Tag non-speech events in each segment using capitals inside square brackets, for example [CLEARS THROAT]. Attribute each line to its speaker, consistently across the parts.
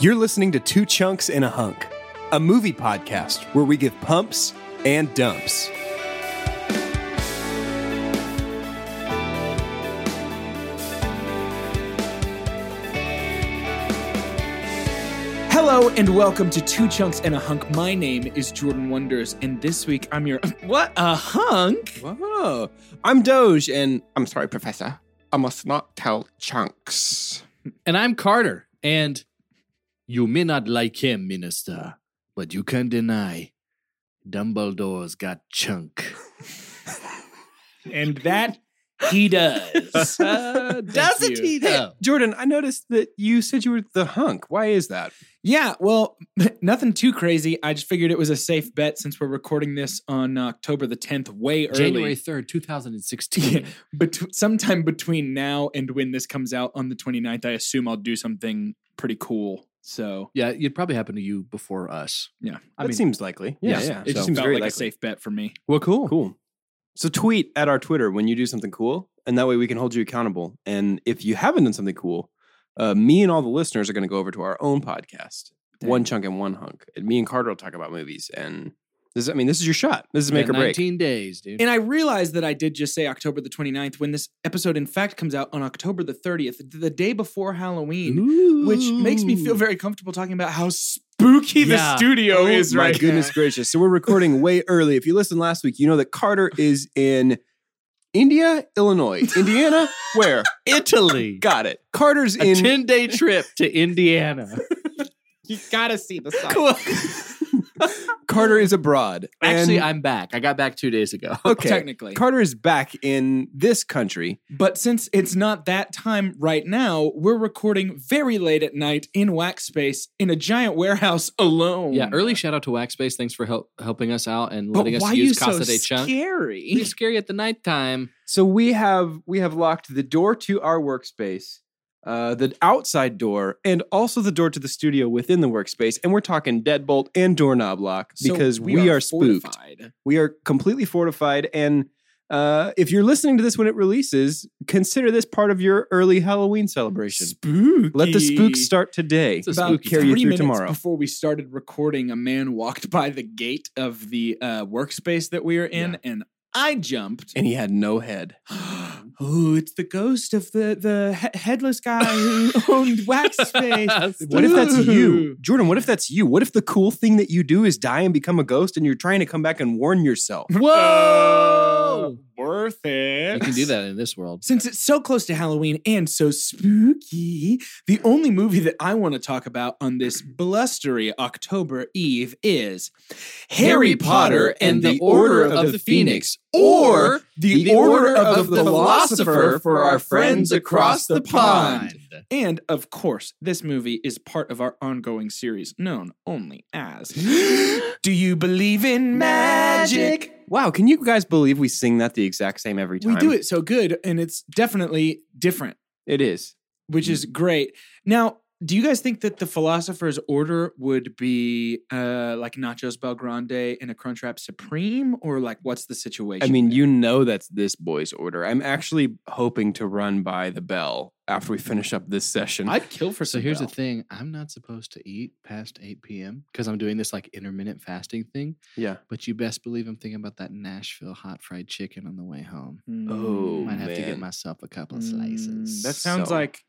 Speaker 1: You're listening to Two Chunks and a Hunk, a movie podcast where we give pumps and dumps.
Speaker 2: Hello and welcome to Two Chunks and a Hunk. My name is Jordan Wonders, and this week I'm your [LAUGHS] what a hunk.
Speaker 1: Whoa. I'm Doge, and I'm sorry, Professor. I must not tell chunks.
Speaker 3: And I'm Carter. And you may not like him, Minister, but you can't deny Dumbledore's got chunk.
Speaker 2: And that he [LAUGHS] does. Doesn't he?
Speaker 3: Hey,
Speaker 1: Jordan, I noticed that you said you were the hunk. Why is that?
Speaker 2: Yeah. Well, [LAUGHS] nothing too crazy. I just figured it was a safe bet since we're recording this on October the 10th, way early.
Speaker 3: January 3rd, 2016.
Speaker 2: Yeah, bet- sometime between now and when this comes out on the 29th, I assume I'll do something pretty cool. So
Speaker 3: yeah, it probably happened to you before us.
Speaker 2: yeah,
Speaker 1: that seems likely. Yeah,
Speaker 3: yes,
Speaker 1: yeah.
Speaker 2: it
Speaker 1: It
Speaker 2: just
Speaker 1: seems
Speaker 2: felt
Speaker 1: very
Speaker 2: like a
Speaker 1: likely.
Speaker 2: safe bet for me.
Speaker 1: Well, cool. Cool. So tweet at our Twitter when you do something cool, and that way we can hold you accountable. And if you haven't done something cool, uh, me and all the listeners are going to go over to our own podcast,
Speaker 2: Dang.
Speaker 1: One Chunk and One Hunk. And me and Carter will talk about movies. And this, I mean, this is your shot. This is
Speaker 3: You
Speaker 1: make or
Speaker 3: got
Speaker 1: break.
Speaker 3: 19 days, dude.
Speaker 2: And I realized that I did just say October the 29th when this episode, in fact, comes out on October the 30th, the day before Halloween, which makes me feel
Speaker 3: Ooh.
Speaker 2: very comfortable talking about how spooky
Speaker 3: Yeah.
Speaker 2: the studio
Speaker 1: Oh,
Speaker 2: is
Speaker 1: my
Speaker 2: right
Speaker 1: goodness
Speaker 2: now.
Speaker 1: gracious! So we're recording way early. If you listened last week, you know that Carter is in India, Illinois, Indiana. where?
Speaker 3: Italy.
Speaker 1: Got it. Carter's
Speaker 3: a
Speaker 1: in
Speaker 2: [LAUGHS]
Speaker 3: 10 day trip to Indiana.
Speaker 2: You gotta see the [LAUGHS] song.
Speaker 1: [LAUGHS] Carter is abroad. and-
Speaker 3: Actually, I'm back. I got back two days ago.
Speaker 2: Oh,
Speaker 1: okay.
Speaker 2: Technically.
Speaker 1: Carter is back in this country.
Speaker 2: But since it's not that time right now, we're recording very late at night in Wax Space in a giant warehouse alone.
Speaker 3: Yeah, early shout out to Waxbase. Thanks for help, helping us out and
Speaker 2: But
Speaker 3: letting
Speaker 2: why
Speaker 3: us
Speaker 2: are you
Speaker 3: use
Speaker 2: so
Speaker 3: Casa de Chunk. Pretty [LAUGHS]
Speaker 2: scary?
Speaker 3: scary at the nighttime.
Speaker 1: So we have we have locked the door to our workspace, uh, the outside door, and also the door to the studio within the workspace. And we're talking deadbolt and doorknob lock
Speaker 2: So
Speaker 1: because we, are, spooked.
Speaker 2: fortified.
Speaker 1: We are completely fortified. And uh, if you're listening to this when it releases, consider this part of your early Halloween celebration.
Speaker 2: Spooky.
Speaker 1: Let the spook start today.
Speaker 3: It's a
Speaker 2: About
Speaker 3: spooky
Speaker 1: carry
Speaker 2: three
Speaker 1: you through
Speaker 2: minutes
Speaker 1: tomorrow.
Speaker 2: before we started recording, a man walked by the gate of the uh, workspace that we are in, and I jumped. [GASPS]
Speaker 1: And he had no head.
Speaker 2: oh, it's the ghost of the the he- headless guy who [LAUGHS] owned Wax Space.
Speaker 3: [LAUGHS]
Speaker 1: What if that's you?
Speaker 2: Ooh.
Speaker 1: Jordan, what if that's you? What if the cool thing that you do is die and become a ghost and you're trying to come back and warn yourself?
Speaker 3: Whoa!
Speaker 2: worth it.
Speaker 3: You can do that in this world.
Speaker 2: Since it's so close to Halloween and so spooky, the only movie that I want to talk about on this blustery October Eve is Harry Potter and the Order of the Phoenix, or the Order of the Philosopher for our friends across the pond. And of course, this movie is part of our ongoing series known only as Do You Believe in Magic?
Speaker 1: Wow, can you guys believe we sing that the exact same every time?
Speaker 2: We do it so good, and it's definitely different.
Speaker 1: It is.
Speaker 2: which is
Speaker 1: Mm.
Speaker 2: great. Now, do you guys think that the Philosopher's Order would be uh, like Nachos Belgrande and a Crunchwrap Supreme, or like what's the situation?
Speaker 1: I mean, you know that's this boy's order. I'm actually hoping to run by the bell after we finish up this session.
Speaker 3: I'd kill for so
Speaker 1: some
Speaker 3: here's
Speaker 1: bell.
Speaker 3: the thing: I'm not supposed to eat past 8 p.m. because I'm doing this like intermittent fasting thing.
Speaker 1: yeah.
Speaker 3: But you best believe I'm thinking about that Nashville hot fried chicken on the way home.
Speaker 1: Oh,
Speaker 3: Might have to
Speaker 1: man.
Speaker 3: get myself a couple of
Speaker 2: Mm,
Speaker 3: slices.
Speaker 2: That sounds
Speaker 1: So-
Speaker 2: like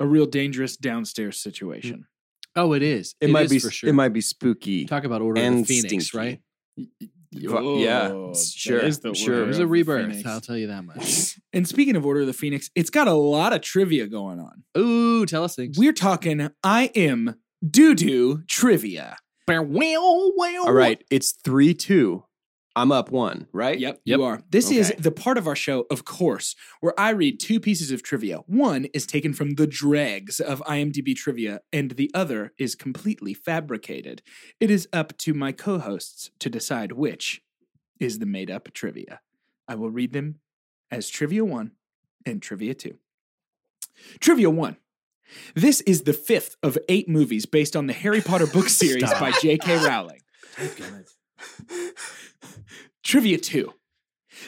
Speaker 2: a real dangerous downstairs situation.
Speaker 3: oh, it is.
Speaker 1: It, might
Speaker 3: is
Speaker 1: be
Speaker 3: for sure.
Speaker 1: it might be spooky.
Speaker 3: talk about Order
Speaker 1: and
Speaker 3: of the Phoenix,
Speaker 1: stinky.
Speaker 3: right?
Speaker 1: Fu- yeah, sure, sure.
Speaker 3: It was
Speaker 1: Order
Speaker 3: a rebirth. I'll tell you
Speaker 1: [LAUGHS]
Speaker 3: that much.
Speaker 1: Mm.
Speaker 2: And speaking of Order of the Phoenix, it's got a lot of trivia going on.
Speaker 3: Ooh, tell us things.
Speaker 2: We're talking I am doo doo trivia.
Speaker 3: Well, well,
Speaker 1: All right, it's 3 2. I'm up one, right?
Speaker 2: Yep,
Speaker 3: Yep.
Speaker 2: you are. This is
Speaker 1: Okay.
Speaker 2: the part of our show, of course, where I read two pieces of trivia. One is taken from the dregs of IMDb trivia, and the other is completely fabricated. It is up to my co hosts to decide which is the made up trivia. I will read them as Trivia 1 and Trivia 2. Trivia 1. This is the fifth of eight movies based on the Harry Potter book series
Speaker 4: Stop.
Speaker 2: by J.K. Rowling. Trivia 2.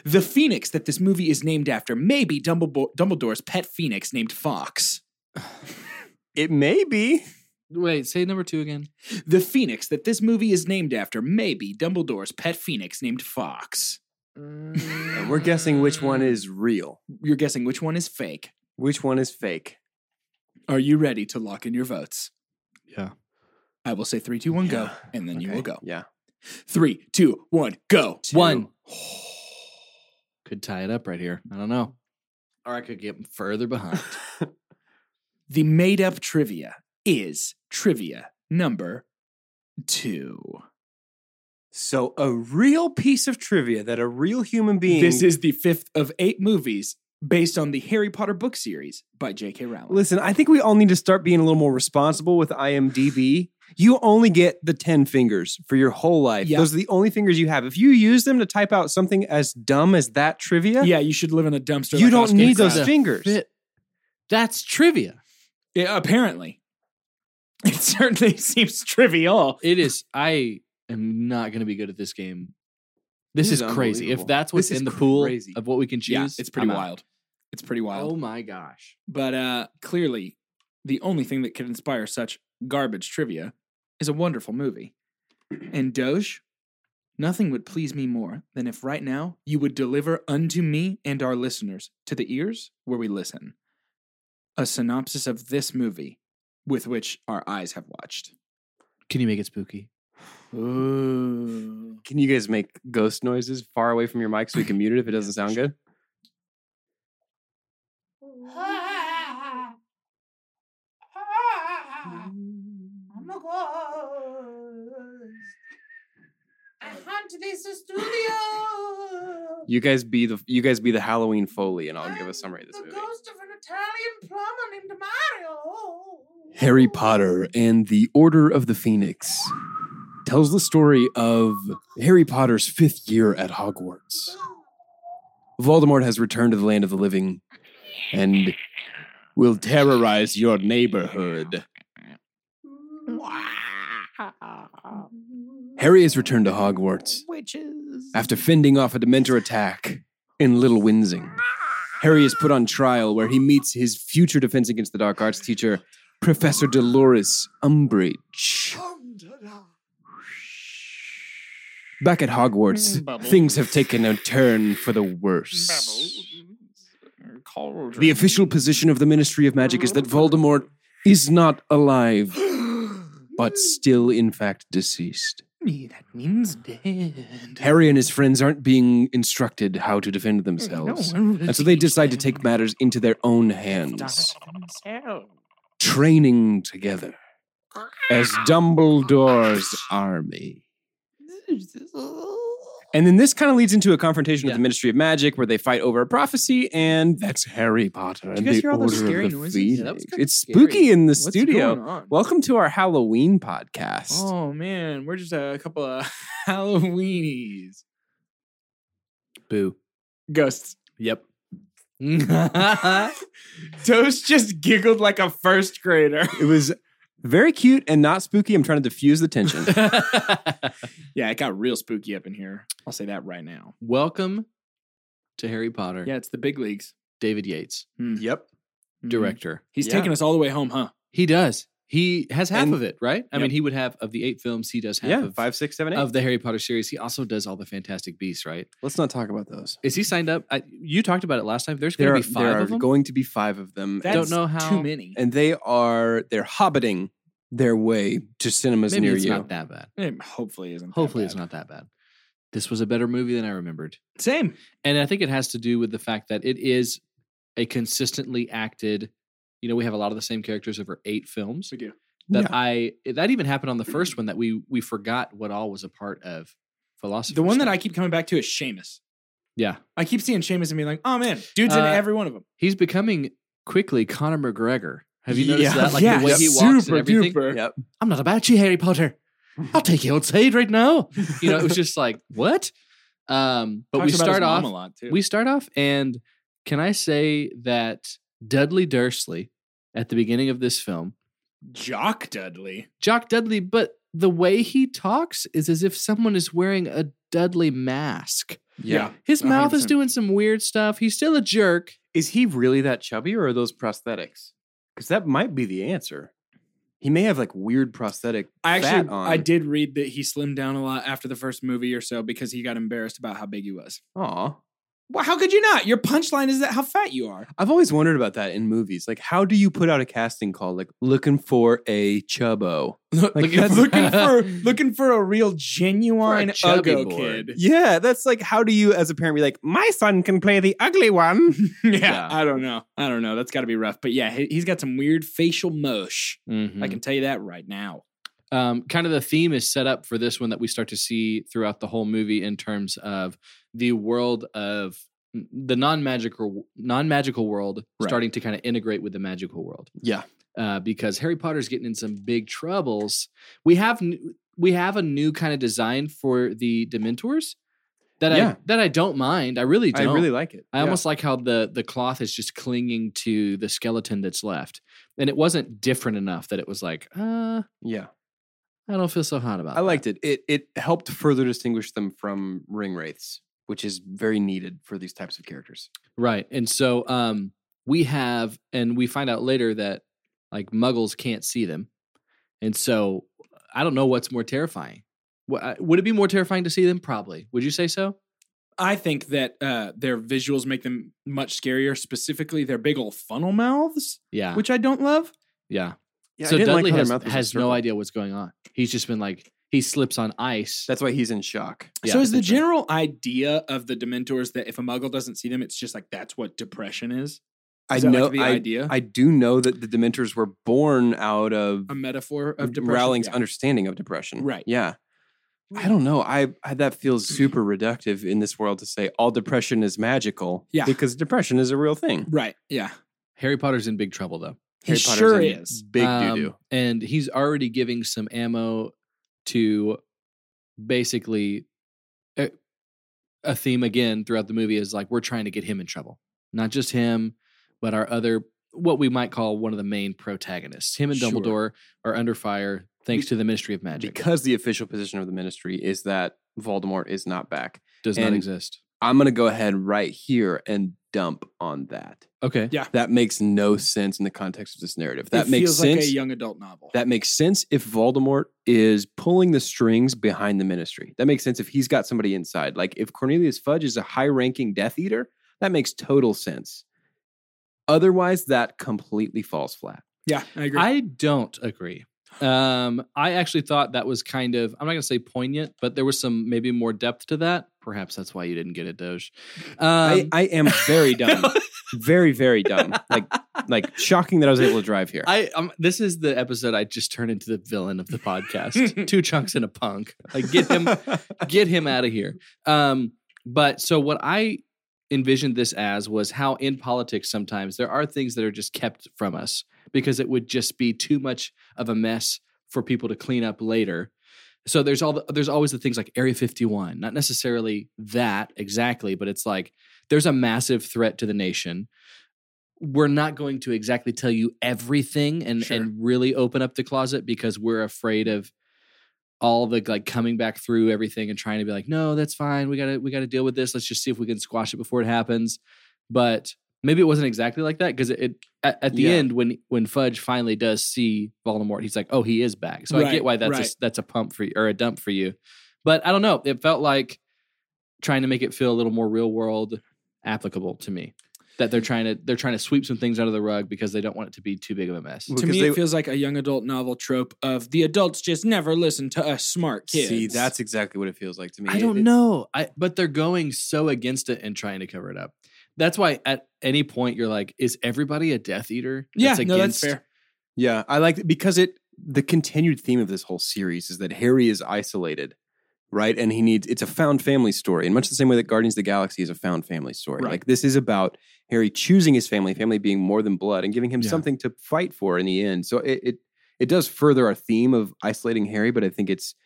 Speaker 2: The phoenix that this movie is named after may be Dumbledore, Dumbledore's pet phoenix named Fox.
Speaker 1: It may be.
Speaker 3: Wait, say number two again.
Speaker 2: The phoenix that this movie is named after may be Dumbledore's pet phoenix named Fox.
Speaker 1: And we're guessing which one is real,
Speaker 2: You're guessing which one is fake.
Speaker 1: which one is fake.
Speaker 2: Are you ready to lock in your votes?
Speaker 3: Yeah.
Speaker 2: I will say three, two, one, go, and then you
Speaker 1: Okay,
Speaker 2: will go.
Speaker 1: Yeah.
Speaker 2: Three, two, one, go.
Speaker 3: One. [SIGHS] Could tie it up right here. I don't know. Or I could get further behind.
Speaker 2: The made up trivia is trivia number two.
Speaker 1: So a real piece of trivia that a real human being
Speaker 2: This is the fifth of eight movies based on the Harry Potter book series by J.K. Rowling.
Speaker 1: Listen, I think we all need to start being a little more responsible with IMDb. You only get the 10 fingers for your whole life.
Speaker 2: Yeah.
Speaker 1: Those are the only fingers you have. If you use them to type out something as dumb as that trivia,
Speaker 2: yeah, you should live in a dumpster.
Speaker 1: you
Speaker 2: like
Speaker 1: don't [LAUGHS]
Speaker 2: Oscar
Speaker 1: need
Speaker 2: the
Speaker 1: those
Speaker 2: Grouch.
Speaker 1: fingers.
Speaker 3: Fit. That's trivia.
Speaker 2: Yeah, apparently, [LAUGHS] it certainly seems trivial.
Speaker 3: It is. I am not going to be good at this game. This,
Speaker 1: This
Speaker 3: is
Speaker 1: is
Speaker 3: crazy. If
Speaker 1: unbelievable.
Speaker 3: that's
Speaker 1: This
Speaker 3: what's
Speaker 1: is
Speaker 3: in the pool
Speaker 1: crazy.
Speaker 3: of what we can choose,
Speaker 2: Yeah, it's pretty
Speaker 3: I'm out.
Speaker 2: wild. It's pretty wild.
Speaker 3: Oh my gosh.
Speaker 2: But uh, clearly, the only thing that could inspire such garbage trivia is a wonderful movie. And Doge, nothing would please me more than if right now you would deliver unto me and our listeners to the ears where we listen a synopsis of this movie with which our eyes have watched.
Speaker 3: Can you make it spooky?
Speaker 2: Ooh.
Speaker 1: Can you guys make ghost noises far away from your mic so we can mute it if it doesn't sound good?
Speaker 5: [LAUGHS] I'm a ghost. I hunt this studio.
Speaker 1: You guys be the you guys be the Halloween Foley and I'll give a
Speaker 5: I'm
Speaker 1: summary of this
Speaker 5: the
Speaker 1: movie.
Speaker 5: ghost of an Italian plumber named Mario.
Speaker 1: Harry Potter and the Order of the Phoenix tells the story of Harry Potter's 5th year at Hogwarts. Voldemort has returned to the land of the living and will terrorize your neighborhood. Harry has returned to Hogwarts after fending off a Dementor attack in Little Winsing. Harry is put on trial where he meets his future defense against the dark arts teacher, Professor Dolores Umbridge. Back at Hogwarts, things have taken a turn for the worse. The official position of the Ministry of Magic is that Voldemort is not alive, but still, in fact, deceased.
Speaker 2: Me, that means dead.
Speaker 1: Harry and his friends aren't being instructed how to defend themselves, and so they decide to take matters into their own hands, training together as Dumbledore's army. And then this kind of leads into a confrontation with
Speaker 3: Yeah.
Speaker 1: the Ministry of Magic, where they fight over a prophecy, and that's Harry Potter and
Speaker 2: you guys
Speaker 1: the
Speaker 2: hear all
Speaker 1: Order
Speaker 2: those
Speaker 1: of
Speaker 2: scary
Speaker 1: the
Speaker 2: noises?
Speaker 1: Phoenix.
Speaker 3: Yeah, that was kinda
Speaker 1: it's
Speaker 3: scary.
Speaker 1: spooky in the
Speaker 2: What's
Speaker 1: studio.
Speaker 2: going on?
Speaker 1: Welcome to our Halloween podcast.
Speaker 2: Oh man, we're just a couple of [LAUGHS] Halloweenies.
Speaker 3: Boo.
Speaker 2: Ghosts. [LAUGHS]
Speaker 3: Yep. [LAUGHS]
Speaker 2: Toast just giggled like a first grader. [LAUGHS]
Speaker 1: It was very cute and not spooky. I'm trying to diffuse the
Speaker 3: [LAUGHS]
Speaker 1: tension.
Speaker 2: Yeah, it got real spooky up in here. I'll say that right now.
Speaker 3: Welcome to Harry Potter.
Speaker 2: Yeah, it's the big leagues.
Speaker 3: David Yates,
Speaker 1: yep.
Speaker 2: Mhm.
Speaker 3: director.
Speaker 2: He's
Speaker 1: Yeah.
Speaker 2: taking us all the way home, huh?
Speaker 3: He does. He has half
Speaker 1: And-
Speaker 3: of it, right? I
Speaker 2: Yep.
Speaker 3: mean, he would have of the eight films. He does half
Speaker 1: Yeah.
Speaker 3: of
Speaker 1: Five, six, seven, eight.
Speaker 3: of the Harry Potter series. He also does all the Fantastic Beasts, right?
Speaker 1: Let's not talk about those.
Speaker 3: Is he signed up? I, you talked about it last time. There's
Speaker 1: There
Speaker 3: going
Speaker 1: are,
Speaker 3: to be five
Speaker 1: there
Speaker 3: of
Speaker 1: are
Speaker 3: them.
Speaker 1: going to be five of them.
Speaker 3: Don't
Speaker 1: and,
Speaker 2: That's
Speaker 3: know how-
Speaker 2: Too many.
Speaker 1: and they are they're hobbiting their way to cinemas
Speaker 3: Maybe
Speaker 1: near
Speaker 3: it's
Speaker 1: you.
Speaker 3: not that bad.
Speaker 2: It hopefully isn't. that
Speaker 3: Hopefully, it's
Speaker 2: bad.
Speaker 3: not that bad. This was a better movie than I remembered,
Speaker 2: Same.
Speaker 3: and I think it has to do with the fact that it is a consistently acted. You know, we have a lot of the same characters over eight films.
Speaker 2: do. Mm-hmm.
Speaker 3: that
Speaker 1: Yeah.
Speaker 3: I that even happened on the first one that we we forgot what all was a part of philosopher.
Speaker 2: The one that I keep coming back to is Seamus.
Speaker 3: yeah,
Speaker 2: I keep seeing Seamus and being like, oh man, dude's in
Speaker 3: Uh,
Speaker 2: every one of them.
Speaker 3: he's becoming quickly Conor McGregor. Have you noticed
Speaker 2: Yeah. [LAUGHS]
Speaker 3: that? Like
Speaker 2: Yeah,
Speaker 3: the way he walks and
Speaker 2: super
Speaker 3: everything.
Speaker 2: duper.
Speaker 1: Yep.
Speaker 3: I'm not about you, Harry Potter. I'll take you outside right now. You know, it
Speaker 2: [LAUGHS]
Speaker 3: was just like what? Um, but we
Speaker 2: Talks about his
Speaker 3: start
Speaker 2: mom
Speaker 3: off.
Speaker 2: a lot too.
Speaker 3: We start off, and can I say that Dudley Dursley at the beginning of this film,
Speaker 2: Jock Dudley.
Speaker 3: Jock Dudley, but the way he talks is as if someone is wearing a Dudley mask.
Speaker 1: Yeah.
Speaker 3: His mouth is
Speaker 2: 100%.
Speaker 3: doing some weird stuff. He's still a jerk.
Speaker 1: Is he really that chubby or are those prosthetics? Because that might be the answer. He may have like weird prosthetic
Speaker 2: I
Speaker 1: fat
Speaker 2: actually
Speaker 1: on.
Speaker 2: I did read that he slimmed down a lot after the first movie or so because he got embarrassed about how big he was.
Speaker 1: Aw.
Speaker 2: Well, how could you not? Your punchline is that how fat you are.
Speaker 1: I've always wondered about that in movies. Like, how do you put out a casting call? Like, looking for a [LAUGHS] chubbo. Like,
Speaker 3: Looking
Speaker 1: that's-
Speaker 3: [LAUGHS] for-
Speaker 2: looking for looking for a real genuine
Speaker 3: chubby
Speaker 2: Uggo
Speaker 3: boy.
Speaker 2: kid. [LAUGHS]
Speaker 1: yeah, that's like, how do you, as a parent, be like, my son can play the ugly one?
Speaker 2: yeah,
Speaker 1: [LAUGHS] Yeah.
Speaker 2: I don't know. I don't know. That's got to be rough. But yeah, he- he's got some weird facial mush. I
Speaker 3: Mhm.
Speaker 2: can tell you that right now.
Speaker 3: um, kind of the theme is set up for this one that we start to see throughout the whole movie in terms of the world of the non-magical non-magical world
Speaker 1: Right.
Speaker 3: starting to kind of integrate with the magical world
Speaker 1: Yeah.
Speaker 3: uh, because harry potter's getting in some big troubles we have n- we have a new kind of design for the dementors that
Speaker 1: Yeah.
Speaker 3: i that i don't mind i really
Speaker 1: I
Speaker 3: don't
Speaker 1: really like it.
Speaker 3: I
Speaker 1: Yeah.
Speaker 3: almost like how the the cloth is just clinging to the skeleton that's left, and it wasn't different enough that it was like, uh,
Speaker 1: Yeah.
Speaker 3: I don't feel so hot about.
Speaker 1: I liked it. It it helped further distinguish them from ring wraiths, which is very needed for these types of characters.
Speaker 3: it. right. And so, um, we have, and we find out later that like Muggles can't see them, and so I don't know what's more terrifying. Wha- I- Would it be more terrifying to see them? Probably. Would you say so?
Speaker 2: I think that uh, their visuals make them much scarier. Specifically, their big old funnel mouths,
Speaker 3: Yeah.
Speaker 1: Ah.
Speaker 2: which I don't love.
Speaker 3: yeah.
Speaker 1: Yeah,
Speaker 3: so Dudley has, has no idea what's going on. He's just been like he slips on ice.
Speaker 1: That's why he's in shock.
Speaker 3: Yeah,
Speaker 2: so is the
Speaker 3: that's right.
Speaker 2: general idea of the Dementors that if a Muggle doesn't see them, it's just like that's what depression is? Is
Speaker 1: I
Speaker 2: that
Speaker 1: know.
Speaker 2: like the
Speaker 1: I,
Speaker 2: idea,
Speaker 1: I do know that the Dementors were born out of
Speaker 2: a metaphor Um, of depression.
Speaker 1: Rowling's
Speaker 2: Yeah.
Speaker 1: understanding of depression.
Speaker 2: Right. Hmm.
Speaker 1: Yeah. I don't know. I, I that feels super reductive in this world to say all depression is magical.
Speaker 2: Yeah.
Speaker 1: Because depression is a real thing.
Speaker 2: right? Yeah,
Speaker 3: Harry Potter's in big trouble though.
Speaker 2: he
Speaker 1: Harry Potter's
Speaker 2: sure
Speaker 1: in
Speaker 2: is.
Speaker 1: Big
Speaker 3: Um,
Speaker 1: doo doo.
Speaker 3: And he's already giving some ammo to basically a, a theme again throughout the movie is like we're trying to get him in trouble. Not just him, but our other what we might call one of the main protagonists. Him and
Speaker 1: Sure.
Speaker 3: Dumbledore are under fire thanks
Speaker 1: Be-
Speaker 3: to the Ministry of Magic.
Speaker 1: Because the official position of the ministry is that Voldemort is not back.
Speaker 3: does not
Speaker 1: and-
Speaker 3: exist.
Speaker 1: I'm going to go ahead right here and dump on that.
Speaker 3: Okay.
Speaker 2: Yeah.
Speaker 1: That makes no sense in the context of this narrative. That
Speaker 2: it
Speaker 1: makes
Speaker 2: feels
Speaker 1: sense.
Speaker 2: like a young adult novel.
Speaker 1: that makes sense if Voldemort is pulling the strings behind the ministry. That makes sense if he's got somebody inside. Like if Cornelius Fudge is a high-ranking Death Eater, that makes total sense. Otherwise, that completely falls flat.
Speaker 2: yeah, I agree.
Speaker 3: I don't agree. Um, I actually thought that was kind of, I'm not going to say poignant, but there was some maybe more depth to that. Perhaps that's why you didn't get it, Doge. Um,
Speaker 1: I, I am
Speaker 3: [LAUGHS]
Speaker 1: very dumb, very very dumb. Like like shocking that I was able to drive here.
Speaker 3: I um, this is the episode I just turned into the villain of the podcast. Two chunks and a punk. Like get him get him out of here. Um but so what I envisioned this as was how in politics sometimes there are things that are just kept from us because it would just be too much of a mess for people to clean up later. So there's all the, there's always the things like Area 51, not necessarily that exactly, but it's like there's a massive threat to the nation. We're not going to exactly tell you everything and
Speaker 2: Sure.
Speaker 3: and really open up the closet because we're afraid of all the like coming back through everything and trying to be like, no, that's fine. We gotta we gotta deal with this. Let's just see if we can squash it before it happens. But maybe it wasn't exactly like that because it, it at, at the
Speaker 1: Yeah.
Speaker 3: end when when Fudge finally does see Voldemort, he's like, oh, he is back. So I
Speaker 2: Right,
Speaker 3: get why that's a,
Speaker 2: right.
Speaker 3: s- that's a pump for you or a dump for you. But I don't know. It felt like trying to make it feel a little more real world applicable to me. That they're trying to they're trying to sweep some things under the rug because they don't want it to be too big of a mess.
Speaker 1: Well,
Speaker 2: to
Speaker 1: 'cause
Speaker 2: me,
Speaker 1: they-
Speaker 2: it feels like a young adult novel trope of the adults just never listen to us smart kids.
Speaker 1: See, that's exactly what it feels like to me.
Speaker 3: I
Speaker 1: It-
Speaker 3: don't
Speaker 1: it-
Speaker 3: know. I but they're going so against it and trying to cover it up. That's why at any point you're like, is everybody a Death Eater?
Speaker 2: yeah,
Speaker 3: That's
Speaker 2: no, that's fair.
Speaker 1: Yeah, I like because it the continued theme of this whole series is that Harry is isolated right? And he needs it's a found family story, in much the same way that Guardians of the Galaxy is a found family story.
Speaker 3: Right.
Speaker 1: Like this is about Harry choosing his family, family being more than blood, and giving him
Speaker 3: Yeah.
Speaker 1: something to fight for in the end. So it, it it does further our theme of isolating Harry, but I think it's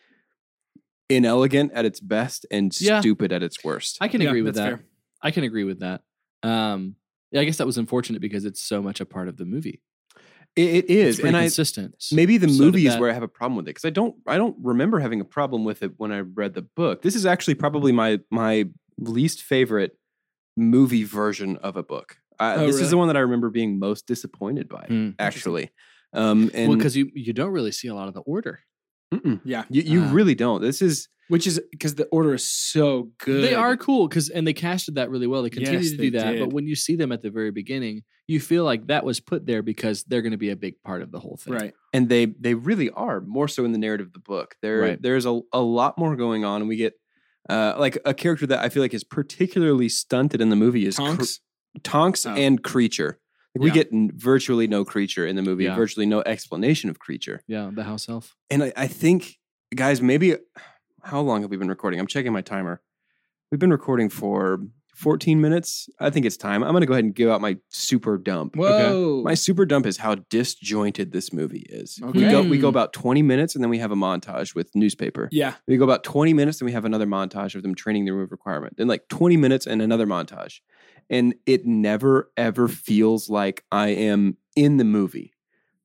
Speaker 1: inelegant at its best and
Speaker 3: Yeah.
Speaker 1: stupid at its worst.
Speaker 3: I can
Speaker 2: Yeah,
Speaker 3: agree with that.
Speaker 2: that's fair.
Speaker 3: I can agree with that. Um, yeah, I guess that was unfortunate because it's so much a part of the movie.
Speaker 1: It, it
Speaker 3: It's
Speaker 1: is,
Speaker 3: pretty
Speaker 1: and I
Speaker 3: consistent.
Speaker 1: maybe the
Speaker 3: So did
Speaker 1: movie is
Speaker 3: that-
Speaker 1: where I have a problem with it because I don't I don't remember having a problem with it when I read the book. This is actually probably my my least favorite movie version of a book. Uh,
Speaker 2: Oh,
Speaker 1: this is
Speaker 2: really?
Speaker 1: the one that I remember being most disappointed by,
Speaker 3: Hmm.
Speaker 1: actually. Um, and
Speaker 3: well, because you you don't really see a lot of the order.
Speaker 1: mm-mm.
Speaker 2: Yeah. Uh,
Speaker 1: you, you
Speaker 3: Ah.
Speaker 1: really don't. This is
Speaker 2: Which is because the order is so good.
Speaker 3: They are cool because and they casted that really well. They continue
Speaker 2: Yes,
Speaker 3: to do
Speaker 2: they
Speaker 3: that, but
Speaker 2: did.
Speaker 3: when you see them at the very beginning, you feel like that was put there because they're going to be a big part of the whole thing.
Speaker 2: Right.
Speaker 1: and they they really are more so in the narrative of the book. There
Speaker 3: Right.
Speaker 1: there's a a lot more going on, and we get. Uh, like a character that I feel like is particularly stunted in the movie is Cr-
Speaker 2: Tonks.
Speaker 1: Tonks
Speaker 2: Oh.
Speaker 1: and Creature. Like, We
Speaker 3: Yeah.
Speaker 1: get n- virtually no Creature in the movie,
Speaker 3: Yeah.
Speaker 1: virtually no explanation of Creature.
Speaker 3: Yeah, the house elf.
Speaker 1: And I, I think, guys, maybe how long have we been recording? I'm checking my timer. We've been recording for 14 minutes. I think it's time. I'm going to go ahead and give out my super dump.
Speaker 2: Whoa.
Speaker 1: My super dump is how disjointed this movie is.
Speaker 2: Okay.
Speaker 1: We go we go
Speaker 3: Hmm.
Speaker 1: about 20 minutes and then we have a montage with newspaper.
Speaker 2: Mm. Yeah.
Speaker 1: We go about 20 minutes, and we have another montage of them training the remove requirement. Then like 20 minutes and another montage. And it never ever feels like I am in the movie.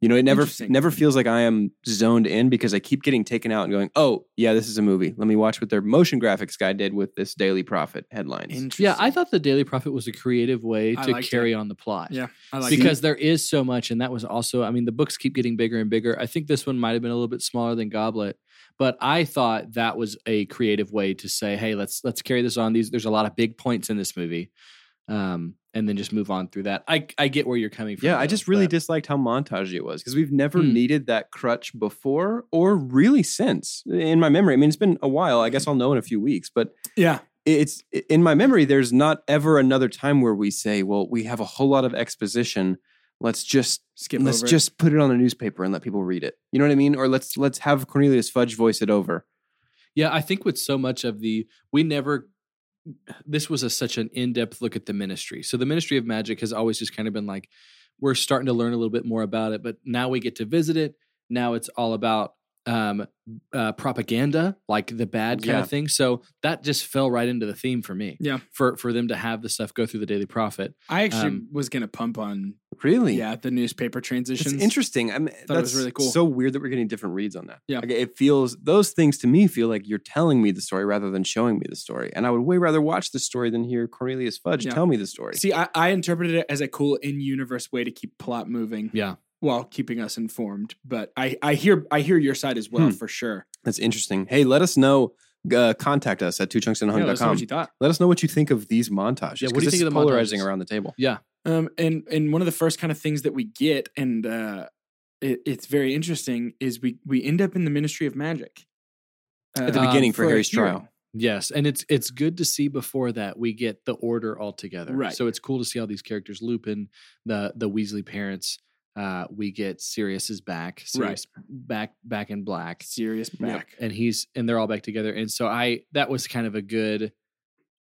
Speaker 1: You know, it never
Speaker 2: Interesting.
Speaker 1: never feels like I am zoned in because I keep getting taken out and going, "Oh, yeah, this is a movie. Let me watch what their motion graphics guy did with this Daily Profit headlines."
Speaker 2: Interesting.
Speaker 3: Yeah, I thought the Daily Prophet was a creative way
Speaker 2: I
Speaker 3: to
Speaker 2: liked it.
Speaker 3: carry on the plot.
Speaker 2: Yeah. I like
Speaker 3: because there is so much, and that was also. I mean, the books keep getting bigger and bigger. I think this one might have been a little bit smaller than Goblet, but I thought that was a creative way to say, "Hey, let's let's carry this on." These there's a lot of big points in this movie, um, and then just move on through that. I I get where you're coming from.
Speaker 1: yeah, I just really
Speaker 3: did.
Speaker 1: disliked how montagey it was because we've never
Speaker 3: Hmm.
Speaker 1: needed that crutch before or really since in my memory. I mean, it's been a while. I guess I'll know in a few weeks, but
Speaker 2: it. Yeah.
Speaker 1: it's in my memory there's not ever another time where we say well we have a whole lot of exposition let's just
Speaker 2: Skip
Speaker 1: let's
Speaker 2: over. it.
Speaker 1: just put it on a newspaper and let people read it you know what i mean or let's let's have cornelius fudge voice it over
Speaker 3: Yeah, I think with so much of the we never this was a such an in-depth look at the ministry. So the ministry of magic has always just kind of been like we're starting to learn a little bit more about it, but now we get to visit it. Now it's all about um uh propaganda, like the bad kind
Speaker 1: Yeah.
Speaker 3: of thing. So that just fell right into the theme for me.
Speaker 2: Yeah.
Speaker 3: For for them to have the stuff go through the Daily Prophet.
Speaker 2: I actually
Speaker 3: um,
Speaker 2: was gonna pump on
Speaker 1: really
Speaker 2: yeah the newspaper
Speaker 1: it's
Speaker 2: transitions.
Speaker 1: interesting i mean
Speaker 2: Thought it was
Speaker 1: that's
Speaker 2: really cool.
Speaker 1: so weird that we're getting different reads on that
Speaker 2: Yeah.
Speaker 1: Like, it feels those things to me feel like you're telling me the story rather than showing me the story and i would way rather watch the story than hear cornelius fudge
Speaker 2: Yeah.
Speaker 1: tell me the story
Speaker 2: See, I, I interpreted it as a cool in-universe way to keep plot moving
Speaker 3: Yeah.
Speaker 2: while keeping us informed. But I I hear I hear your side as well
Speaker 1: Hmm.
Speaker 2: for sure.
Speaker 1: that's interesting hey let us know uh, contact us at two chunks and
Speaker 2: Yeah, let us know what you thought.
Speaker 1: Let us know what you think of these montages.
Speaker 3: Yeah, what
Speaker 1: 'cause
Speaker 3: do you
Speaker 1: this
Speaker 3: think
Speaker 1: is
Speaker 3: of the
Speaker 1: polarizing
Speaker 3: montages?
Speaker 1: around the table?
Speaker 3: Yeah.
Speaker 2: Um, and and one of the first kind of things that we get, and uh, it, it's very interesting, is we we end up in the Ministry of Magic uh,
Speaker 1: At the
Speaker 3: Um,
Speaker 1: beginning for,
Speaker 2: a
Speaker 1: Harry's
Speaker 2: hearing.
Speaker 1: trial.
Speaker 3: Yes, and it's it's good to see before that we get the order all together.
Speaker 2: Right.
Speaker 3: So it's cool to see all these characters: Lupin, the the Weasley parents. Uh, we get Sirius is back.
Speaker 2: Right.
Speaker 3: Sirius back back in black,
Speaker 2: Sirius back.
Speaker 3: and he's and they're all back together. And so I that was kind of a good.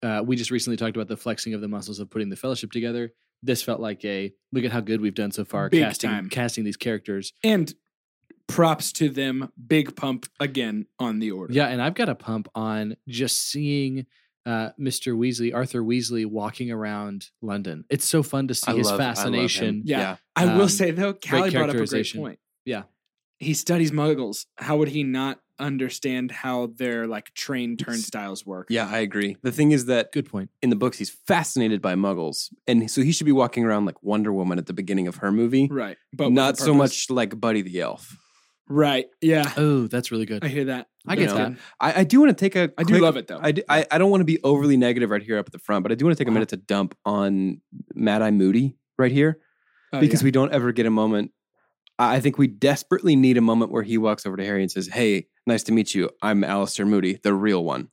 Speaker 3: Uh, we just recently talked about the flexing of the muscles of putting the fellowship together. This felt like a look at how good we've done so far
Speaker 2: Big
Speaker 3: casting
Speaker 2: time.
Speaker 3: casting these characters.
Speaker 2: And props to them. Big pump again on the order.
Speaker 3: Yeah, and I've got a pump on just seeing uh, Mr. Weasley, Arthur Weasley, walking around London. It's so fun to see his
Speaker 1: love- I love him.
Speaker 3: fascination.
Speaker 2: Yeah. I
Speaker 3: um,
Speaker 2: will say though, Callie brought up a great
Speaker 3: characterization.
Speaker 2: point.
Speaker 3: Yeah.
Speaker 2: he studies Muggles. How would he not understand how their like train turnstiles work?
Speaker 1: yeah, I agree. The thing is that
Speaker 3: Good point.
Speaker 1: in the books, he's fascinated by muggles. And so he should be walking around like Wonder Woman at the beginning of her movie,
Speaker 2: right.
Speaker 1: but
Speaker 2: But with a
Speaker 1: not so
Speaker 2: purpose.
Speaker 1: much like Buddy the Elf.
Speaker 2: Right. Yeah,
Speaker 3: Oh, that's really good.
Speaker 2: I hear that.
Speaker 3: I get
Speaker 2: That's
Speaker 3: that.
Speaker 2: good.
Speaker 1: I, I do want to take a.
Speaker 2: I do
Speaker 1: quick-
Speaker 2: love it though.
Speaker 1: I, do, I, I don't want to be overly negative right here up at the front, but I do want to take a
Speaker 3: Uh-huh.
Speaker 1: minute to dump on Mad Eye Moody right here
Speaker 2: Oh,
Speaker 1: because
Speaker 2: yeah.
Speaker 1: we don't ever get a moment. I I think we desperately need a moment where he walks over to Harry and says, Hey, nice to meet you. I'm Alistair Moody, the real one.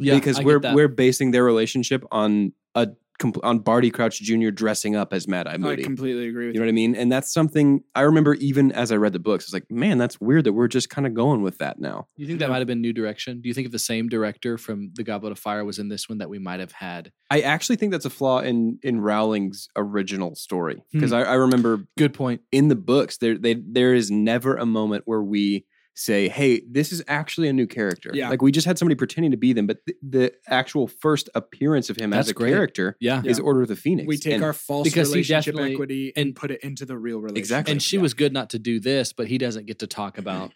Speaker 3: Yeah,
Speaker 1: because
Speaker 3: I get
Speaker 1: we're
Speaker 3: that.
Speaker 1: we're basing their relationship on a compl- on Barty Crouch Jr. dressing up as Mad Eye
Speaker 2: Oh, I
Speaker 1: Moody.
Speaker 2: completely agree with
Speaker 1: you
Speaker 2: you.
Speaker 1: know what I mean? And that's something I remember even as I read the books. It's like, man, that's weird that we're just kind of going with that now.
Speaker 3: You think that might have been New Direction? Do you think if the same director from The Goblet of Fire was in this one, that we might have had
Speaker 1: I actually think that's a flaw in in Rowling's original story because I, I remember
Speaker 3: good point?
Speaker 1: in the books there they, there is never a moment where we say, "Hey, this is actually a new character."
Speaker 2: Yeah.
Speaker 1: like we just had somebody pretending to be them, but th- the actual first appearance of him as
Speaker 3: That's
Speaker 1: a
Speaker 3: great.
Speaker 1: character
Speaker 3: Yeah,
Speaker 1: is Order of the Phoenix.
Speaker 2: We take
Speaker 1: And
Speaker 2: our false
Speaker 3: because he
Speaker 2: relationship
Speaker 3: definitely-
Speaker 2: equity and,
Speaker 3: and-
Speaker 2: put it into the real relationship.
Speaker 1: Exactly.
Speaker 3: and she
Speaker 2: Yeah.
Speaker 3: was good not to do this, but he doesn't get to
Speaker 1: [LAUGHS]
Speaker 3: talk about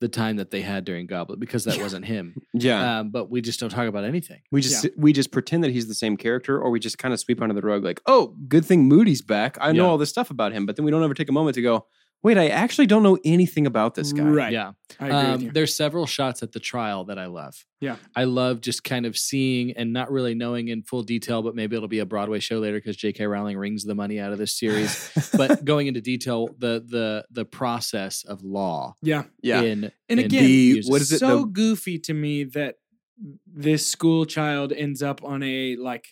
Speaker 3: the time that they had during Goblet because that
Speaker 2: Yeah.
Speaker 3: wasn't him.
Speaker 1: yeah.
Speaker 3: Um, but we just don't talk about anything.
Speaker 1: we just we just pretend that he's the same character, or we just kind of sweep under the rug, like, "Oh, good thing Moody's back. I know
Speaker 3: Yeah.
Speaker 1: all this stuff about him," but then we don't ever take a moment to go, "Wait, I actually don't know anything about this guy."
Speaker 2: Right.
Speaker 3: Yeah,
Speaker 2: I agree with
Speaker 3: um,
Speaker 2: you.
Speaker 3: there's several shots at the trial that I love.
Speaker 2: Yeah.
Speaker 3: I love just kind of seeing and not really knowing in full detail, but maybe it'll be a Broadway show later because J.K. Rowling wrings the money out of this series.
Speaker 2: [LAUGHS]
Speaker 3: but going into detail, the the the process of law.
Speaker 2: Yeah.
Speaker 1: yeah,
Speaker 3: in
Speaker 2: And
Speaker 3: in
Speaker 2: again,
Speaker 1: The-
Speaker 3: uses-
Speaker 1: what is it?
Speaker 2: so
Speaker 1: the-
Speaker 2: goofy to me that this school child ends up on a like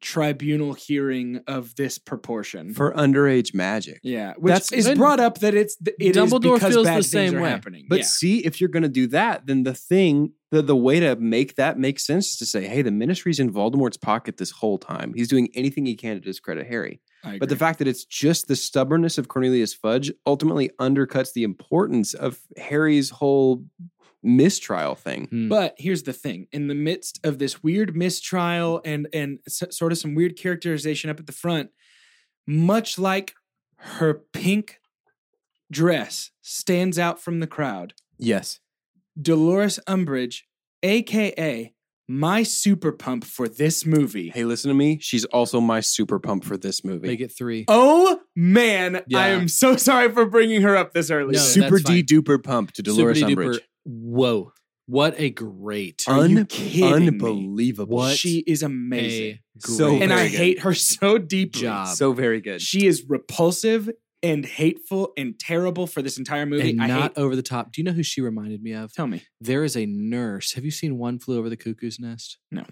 Speaker 2: tribunal hearing of this proportion.
Speaker 1: for underage magic.
Speaker 2: yeah, which
Speaker 1: That's-
Speaker 2: is
Speaker 3: and
Speaker 2: brought up that it's th- it is
Speaker 3: Dumbledore
Speaker 2: because
Speaker 3: feels
Speaker 2: bad
Speaker 3: the
Speaker 2: things
Speaker 3: same
Speaker 2: are
Speaker 3: way,
Speaker 2: happening.
Speaker 1: But
Speaker 2: yeah.
Speaker 1: see, if you're going to do that, then the thing, the, the way to make that make sense is to say, hey, the ministry's in Voldemort's pocket this whole time. He's doing anything he can to discredit Harry.
Speaker 2: I
Speaker 1: But the
Speaker 2: agree.
Speaker 1: fact that it's just the stubbornness of Cornelius Fudge ultimately undercuts the importance of Harry's whole mistrial thing.
Speaker 3: Hmm.
Speaker 2: But here's the thing: in the midst of this weird mistrial and and s- sort of some weird characterization up at the front, much like her pink dress stands out from the crowd,
Speaker 1: Yes.
Speaker 2: Dolores Umbridge, aka my super pump for this movie.
Speaker 1: Hey, listen to me. She's also my super pump for this movie.
Speaker 3: make it three.
Speaker 2: Oh man,
Speaker 3: Yeah.
Speaker 2: I am so sorry for bringing her up this early.
Speaker 3: No,
Speaker 2: Super-
Speaker 1: super
Speaker 3: that's fine.
Speaker 1: D duper pump to Dolores
Speaker 3: Super
Speaker 1: Umbridge.
Speaker 3: duper. Whoa, what a great,
Speaker 2: Are you
Speaker 1: Un-
Speaker 2: kidding me?
Speaker 1: unbelievable.
Speaker 3: What?
Speaker 2: She is amazing.
Speaker 3: a
Speaker 1: So
Speaker 3: great
Speaker 2: and I
Speaker 1: Very good.
Speaker 2: hate her so deeply.
Speaker 3: Job.
Speaker 1: So very good.
Speaker 2: She is repulsive and hateful and terrible for this entire movie.
Speaker 3: and
Speaker 2: I
Speaker 3: not
Speaker 2: hate.
Speaker 3: over the top. Do you know who she reminded me of?
Speaker 2: Tell me.
Speaker 3: There is a nurse. Have you seen One Flew Over the Cuckoo's Nest?
Speaker 2: No.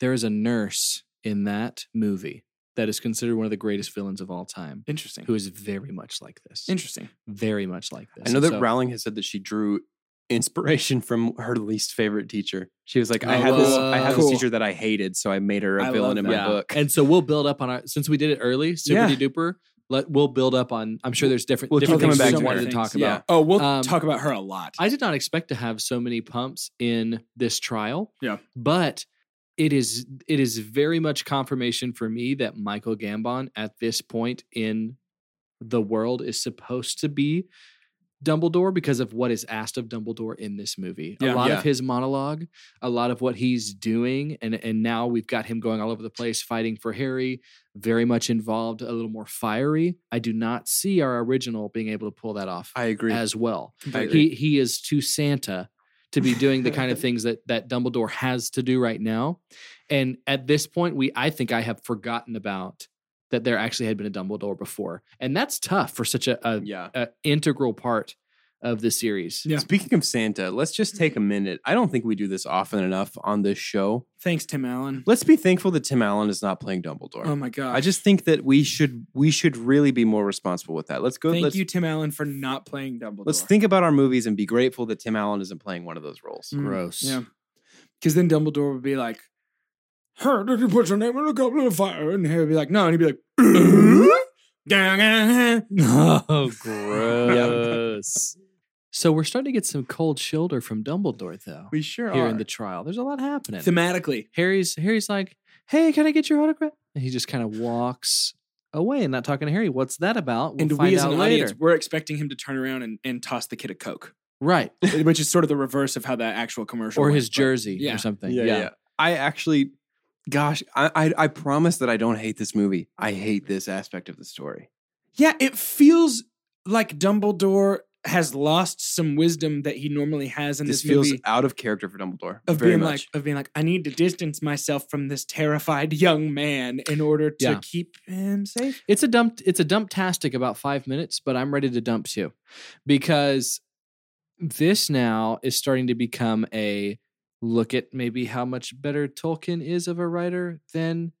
Speaker 3: There is a nurse in that movie that is considered one of the greatest villains of all time,
Speaker 2: Interesting.
Speaker 3: who is very much like this.
Speaker 2: Interesting.
Speaker 3: Very much like this.
Speaker 1: I know that
Speaker 3: So-
Speaker 1: Rowling has said that she drew inspiration from her least favorite teacher. She was like, I have this, I have
Speaker 2: Cool.
Speaker 1: this teacher that I hated, so I made her a
Speaker 2: I love
Speaker 1: villain in my
Speaker 2: that.
Speaker 1: book.
Speaker 3: And so we'll build up on our since we did it early, super
Speaker 2: Yeah.
Speaker 3: de duper. Let we'll build up on. I'm sure there's different.
Speaker 1: We'll keep
Speaker 3: different
Speaker 1: coming
Speaker 3: things
Speaker 1: back
Speaker 3: we
Speaker 1: to
Speaker 3: wanted
Speaker 1: her.
Speaker 3: to talk
Speaker 2: Yeah.
Speaker 3: about.
Speaker 2: Oh, we'll
Speaker 3: Um,
Speaker 2: talk about her a lot.
Speaker 3: I did not expect to have so many pumps in this trial.
Speaker 2: Yeah.
Speaker 3: But it is it is very much confirmation for me that Michael Gambon at this point in the world is supposed to be Dumbledore because of what is asked of Dumbledore in this movie.
Speaker 2: Yeah.
Speaker 3: A lot
Speaker 1: Yeah.
Speaker 3: of his monologue, a lot of what he's doing and and now we've got him going all over the place fighting for Harry, very much involved, a little more fiery. I do not see our original being able to pull that off
Speaker 1: I agree.
Speaker 3: as well
Speaker 1: I agree.
Speaker 3: he he is too Santa to be doing
Speaker 2: [LAUGHS]
Speaker 3: the kind of things that that Dumbledore has to do right now. And at this point, we I think I have forgotten about that there actually had been a Dumbledore before, and that's tough for such a, a,
Speaker 1: yeah.
Speaker 3: a integral part of the
Speaker 1: [LAUGHS]
Speaker 3: series.
Speaker 2: Yeah.
Speaker 1: Speaking of Santa, let's just take a minute. I don't think we do this often enough on this show.
Speaker 2: Thanks, Tim Allen.
Speaker 1: Let's be thankful that Tim Allen is not playing Dumbledore.
Speaker 2: Oh my god.
Speaker 1: I just think that we should we should really be more responsible with that. Let's go.
Speaker 2: thank
Speaker 1: let's
Speaker 2: you, Tim Allen, for not playing Dumbledore.
Speaker 1: let's think about our movies and be grateful that Tim Allen isn't playing one of those roles.
Speaker 2: Mm,
Speaker 3: Gross.
Speaker 2: Yeah. Because then Dumbledore would be like, "Her, did you put your name in a goblet of fire?" And Harry would be like, "No," and he'd be
Speaker 3: [LAUGHS]
Speaker 2: like.
Speaker 3: Oh, gross. so we're starting to get some cold shoulder from Dumbledore, though.
Speaker 2: We sure
Speaker 3: here
Speaker 2: are.
Speaker 3: in the trial, there's a lot happening.
Speaker 2: Thematically,
Speaker 3: Harry's Harry's like, "Hey, can I get your autograph?" And he just kind of walks away and not talking to Harry. What's that about? We'll
Speaker 2: and
Speaker 3: find
Speaker 2: we as
Speaker 3: out
Speaker 2: an
Speaker 3: later.
Speaker 2: audience, we're expecting him to turn around and, and toss the kid a
Speaker 1: [LAUGHS]
Speaker 2: coke, eh,
Speaker 3: right?
Speaker 2: which is sort of the reverse of how that actual commercial.
Speaker 3: Or
Speaker 2: went,
Speaker 3: his
Speaker 2: but-
Speaker 3: jersey
Speaker 2: yeah.
Speaker 3: or something.
Speaker 1: Yeah, yeah. I actually, gosh, I, I I promise that I don't hate this movie. I hate this aspect of the story.
Speaker 2: Yeah, it feels like Dumbledore has lost some wisdom that he normally has in
Speaker 1: this
Speaker 2: this,
Speaker 1: feels
Speaker 2: movie
Speaker 1: out of character for Dumbledore.
Speaker 2: of
Speaker 1: very
Speaker 2: being
Speaker 1: much.
Speaker 2: like of being like I need to distance myself from this terrified young man in order to
Speaker 3: Yeah.
Speaker 2: keep him safe.
Speaker 3: It's a dump. It's a dump tastic about five minutes, but I'm ready to dump too, because this now is starting to become a look at maybe how much better Tolkien is of a writer than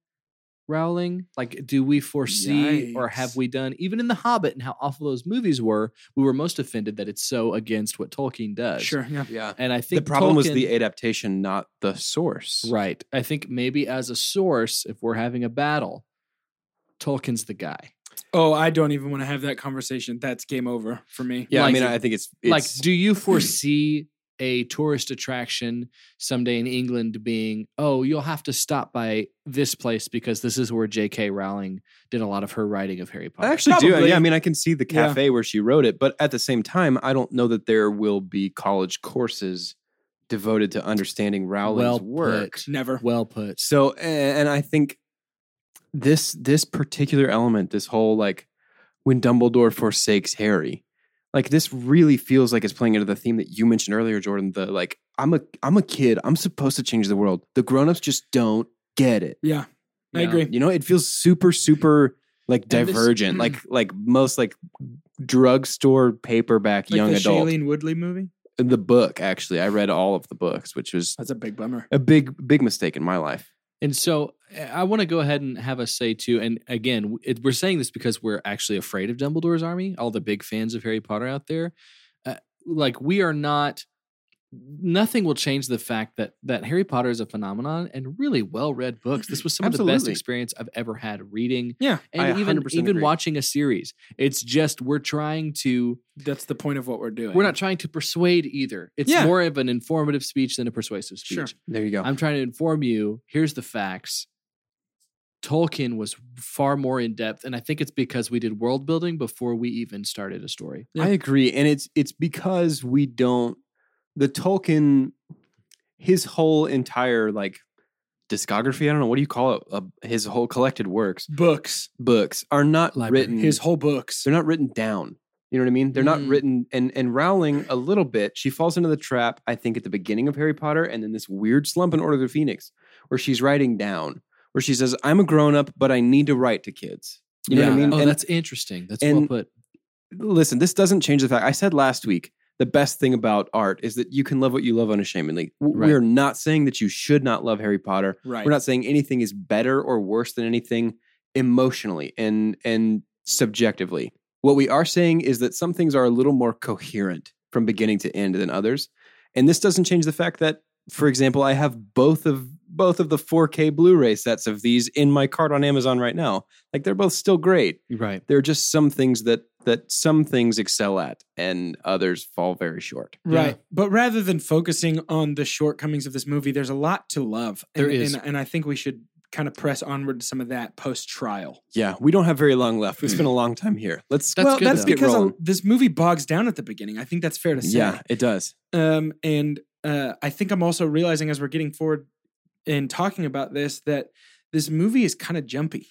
Speaker 3: Rowling? Like, do we foresee or
Speaker 2: Yikes.
Speaker 3: have we done, even in The Hobbit and how awful those movies were, we were most offended that it's so against what Tolkien does.
Speaker 2: Sure. Yeah.
Speaker 1: Yeah.
Speaker 3: And I think
Speaker 1: The problem was
Speaker 3: Tolkien-
Speaker 1: the adaptation, not the source.
Speaker 3: Right. I think maybe as a source, if we're having a battle, Tolkien's the guy.
Speaker 2: Oh, I don't even want to have that conversation. That's game over for me.
Speaker 1: Yeah, I
Speaker 3: Like-
Speaker 1: mean, I think it's, it's
Speaker 3: like,
Speaker 1: [CLEARS THROAT]
Speaker 3: do you foresee a tourist attraction someday in England being, oh, you'll have to stop by this place because this is where J.K. Rowling did a lot of her writing of Harry Potter?
Speaker 1: I actually do.
Speaker 2: Probably.
Speaker 1: Yeah, I mean, I can see the
Speaker 2: Yeah.
Speaker 1: cafe where she wrote it, but at the same time, I don't know that there will be college courses devoted to understanding Rowling's
Speaker 3: Well
Speaker 1: work.
Speaker 3: put.
Speaker 2: Never.
Speaker 3: well put.
Speaker 1: So, a- and I think this this particular element, this whole like when Dumbledore forsakes Harry, like this really feels like it's playing into the theme that you mentioned earlier, Jordan. The like, I'm a I'm a kid. I'm supposed to change the world. The grown-ups just don't get it.
Speaker 2: Yeah. I
Speaker 3: Yeah.
Speaker 2: agree.
Speaker 1: You know, it feels super, super like
Speaker 3: this-
Speaker 1: divergent, like like most like drugstore paperback
Speaker 2: Like
Speaker 1: young
Speaker 2: the
Speaker 1: adult.
Speaker 2: Shailene Woodley movie.
Speaker 1: The book, actually, I read all of the books, which was
Speaker 2: That's a big bummer.
Speaker 1: a big, big mistake in my life.
Speaker 3: And so uh, I want to go ahead and have us say too, and again, w- it, we're saying this because we're actually afraid of Dumbledore's army. All the big fans of Harry Potter out there, uh, like we are not. Nothing will change the fact that that Harry Potter is a phenomenon and really well-read books. This was some of the best
Speaker 1: Absolutely.
Speaker 3: experience I've ever had reading
Speaker 2: Yeah.
Speaker 3: and
Speaker 1: I
Speaker 3: even
Speaker 1: 100%
Speaker 3: even
Speaker 1: agree.
Speaker 3: watching a series. It's just we're trying to
Speaker 2: That's the point of what we're doing.
Speaker 3: we're not trying to persuade either. It's
Speaker 2: Yeah.
Speaker 3: more of an informative speech than a persuasive speech.
Speaker 2: Sure.
Speaker 1: There you go.
Speaker 3: I'm trying to inform you. Here's the facts. Tolkien was far more in depth, and I think it's because we did world building before we even started a story.
Speaker 2: Yeah.
Speaker 1: I agree, and it's it's because we don't the Tolkien, his whole entire like discography. I don't know what do you call it. Uh, his whole collected works,
Speaker 2: books.
Speaker 1: books are not
Speaker 3: Library.
Speaker 1: written.
Speaker 2: His whole books.
Speaker 1: they're not written down. You know what I mean? They're not
Speaker 3: Mm.
Speaker 1: written and and Rowling a little bit. She falls into the trap I think at the beginning of Harry Potter and then this weird slump in Order of the Phoenix where she's writing down where she says I'm a grown up but I need to write to kids. You know what I mean?
Speaker 3: Oh,
Speaker 1: And-
Speaker 3: that's interesting. That's well
Speaker 1: and-
Speaker 3: put.
Speaker 1: listen, this doesn't change the fact. I said last week the best thing about art is that you can love what you love unashamedly. W-
Speaker 3: Right.
Speaker 1: We're not saying that you should not love Harry Potter.
Speaker 2: right.
Speaker 1: We're not saying anything is better or worse than anything emotionally and and subjectively. What we are saying is that some things are a little more coherent from beginning to end than others. And this doesn't change the fact that, for example, I have both of both of the 4K Blu-ray sets of these in my cart on Amazon right now. Like they're both still great
Speaker 3: Right.
Speaker 1: there are just some things that that some things excel at and others fall very short.
Speaker 2: Right. But rather than focusing on the shortcomings of this movie, there's a lot to love.
Speaker 3: There
Speaker 2: and,
Speaker 3: is.
Speaker 2: And, and I think we should kind of press onward to some of that post trial.
Speaker 1: Yeah, we don't have very long left. We spent a long time here. Let's
Speaker 3: That's
Speaker 2: well, Hmm.
Speaker 3: good,
Speaker 2: that's
Speaker 3: though.
Speaker 1: Get
Speaker 2: because a,
Speaker 1: rolling.
Speaker 2: this movie bogs down at the beginning. I think that's fair to say.
Speaker 1: yeah, it does.
Speaker 2: Um, and uh, I think I'm also realizing as we're getting forward and talking about this that this movie is kind of jumpy.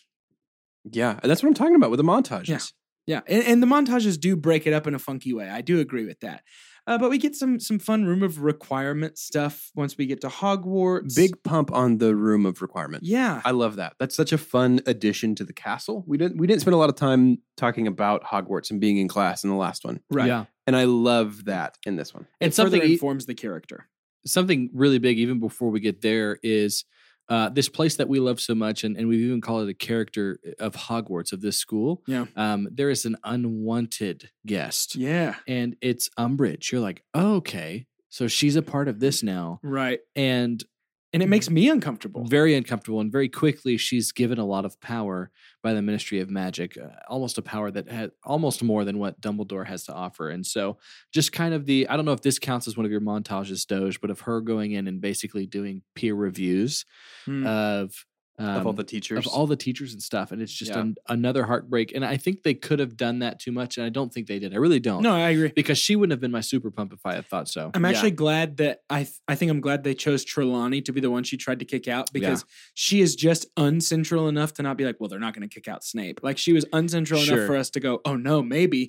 Speaker 1: Yeah, that's what I'm talking about with the montages.
Speaker 2: Yeah. Yeah, and, and the montages do break it up in a funky way. I do agree with that. Uh, but we get some some fun room of requirement stuff once we get to Hogwarts.
Speaker 1: Big pump on the room of requirement.
Speaker 2: yeah,
Speaker 1: I love that. That's such a fun addition to the castle. We didn't we didn't spend a lot of time talking about Hogwarts and being in class in the last one.
Speaker 2: right.
Speaker 3: Yeah.
Speaker 1: And I love that in this one.
Speaker 3: And
Speaker 2: it
Speaker 3: something
Speaker 2: further
Speaker 3: e-
Speaker 2: informs the character.
Speaker 3: something really big even before we get there is uh, this place that we love so much and, and we've even called it a character uh, of hogwarts of this school
Speaker 2: Yeah.
Speaker 3: um, there is an unwanted guest
Speaker 2: Yeah,
Speaker 3: and it's umbridge you're like oh, okay so she's a part of this now
Speaker 2: right.
Speaker 3: and
Speaker 2: And it makes me uncomfortable.
Speaker 3: very uncomfortable and very quickly she's given a lot of power by the ministry of magic uh, almost a power that had almost more than what dumbledore has to offer and so just kind of the i don't know if this counts as one of your montages doge but of her going in and basically doing peer reviews
Speaker 2: Hmm.
Speaker 3: uh, of um,
Speaker 1: Mm. of all the teachers.
Speaker 3: of all the teachers and stuff and it's just
Speaker 1: Yeah.
Speaker 3: an, another heartbreak and i think they could have done that too much and i don't think they did i really don't
Speaker 2: no, I agree.
Speaker 3: because she wouldn't have been my super pump if i had thought so
Speaker 2: I'm
Speaker 1: Yeah.
Speaker 2: actually glad that I th- I think I'm glad they chose Trelawney to be the one she tried to kick out because she is just uncentral enough to not be like, well, they're not going to kick out Snape. Like she was uncentral
Speaker 3: Sure.
Speaker 2: enough for us to go, oh no, maybe,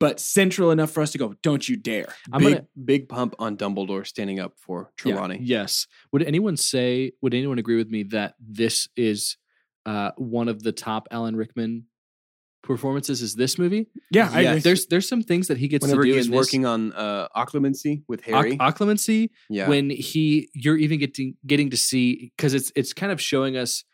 Speaker 2: but central enough for us to go, don't you dare.
Speaker 3: I'm
Speaker 1: big,
Speaker 3: gonna-
Speaker 1: big pump on Dumbledore standing up for Trelawney.
Speaker 3: Yes. Would anyone say, would anyone agree with me that this is uh, one of the top Alan Rickman performances? Is this movie?
Speaker 2: Yeah, I
Speaker 1: Yes.
Speaker 2: agree.
Speaker 3: There's there's some things that he gets
Speaker 1: Whenever
Speaker 3: to do
Speaker 1: he's
Speaker 3: in this.
Speaker 1: working on uh, occlumency with
Speaker 3: Oc-
Speaker 1: Harry,
Speaker 3: occlumency
Speaker 1: yeah,
Speaker 3: when he you're even getting getting to see because it's it's kind of showing us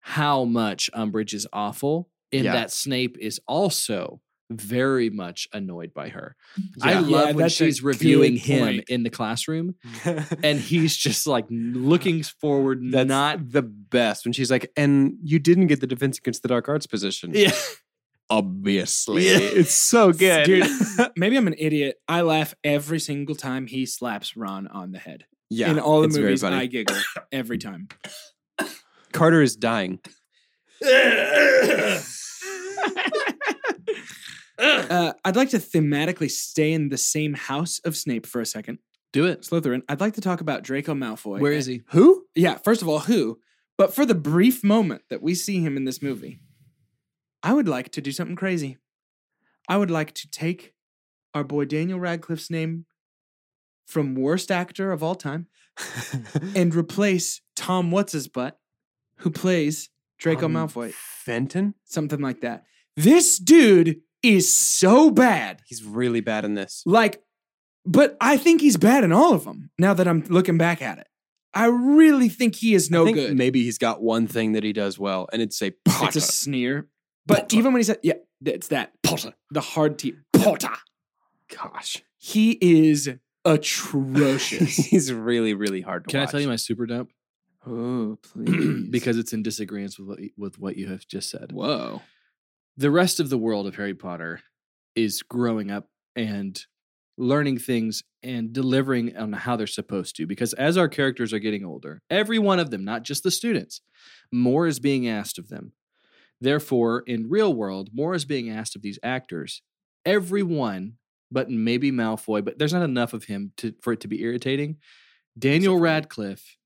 Speaker 3: how much Umbridge is awful and
Speaker 1: Yeah.
Speaker 3: that Snape is also very much annoyed by her.
Speaker 2: Yeah.
Speaker 3: I love
Speaker 2: Yeah,
Speaker 3: when
Speaker 2: that's a
Speaker 3: she's reviewing
Speaker 2: good
Speaker 3: him
Speaker 2: point.
Speaker 3: in the classroom
Speaker 2: [LAUGHS]
Speaker 3: and he's just like looking forward,
Speaker 1: That's
Speaker 3: not
Speaker 1: not the best. When she's like, and you didn't get the defense against the dark arts position.
Speaker 3: yeah.
Speaker 1: Obviously.
Speaker 3: Yeah.
Speaker 1: It's so good.
Speaker 2: Dude, maybe I'm an idiot. I laugh every single time he slaps Ron on the head.
Speaker 1: yeah.
Speaker 2: In all the
Speaker 1: it's very
Speaker 2: movies,
Speaker 1: funny.
Speaker 2: I
Speaker 3: [LAUGHS]
Speaker 2: giggle every time.
Speaker 1: Carter is
Speaker 3: [LAUGHS]
Speaker 1: dying.
Speaker 2: Uh, I'd like to thematically stay in the same house of Snape for a second.
Speaker 3: do it.
Speaker 2: Slytherin, I'd like to talk about Draco Malfoy.
Speaker 3: Where is he?
Speaker 1: Who?
Speaker 2: Yeah, first of all, who? But for the brief moment that we see him in this movie, I would like to do something crazy. I would like to take our boy Daniel Radcliffe's name from worst actor of all time and replace Tom What's His Butt, who plays Draco
Speaker 1: Um,
Speaker 2: Malfoy,
Speaker 1: Fenton?
Speaker 2: something like that. This dude is so bad.
Speaker 1: He's really bad in this.
Speaker 2: Like, but I think he's bad in all of them now that I'm looking back at it. I really think he is
Speaker 1: I
Speaker 2: no
Speaker 1: think
Speaker 2: good.
Speaker 1: Maybe he's got one thing that he does well, and it's a pot.
Speaker 2: It's a sneer. But even when he said, yeah, it's that Potter, the hard T, Potter.
Speaker 1: Gosh,
Speaker 2: He is
Speaker 1: [LAUGHS]
Speaker 2: atrocious.
Speaker 1: he's really, really hard to
Speaker 3: Can
Speaker 1: watch.
Speaker 3: I tell you my super dump? [CLEARS THROAT]
Speaker 2: oh, please.
Speaker 3: because it's in disagreement with what, y- with what you have just said.
Speaker 2: whoa.
Speaker 3: The rest of the world of Harry Potter is growing up and learning things and delivering on how they're supposed to. Because as our characters are getting older, every one of them, not just the students, more is being asked of them. Therefore, in real world, more is being asked of these actors. Everyone, but maybe Malfoy, but there's not enough of him to, for it to be irritating. Daniel Radcliffe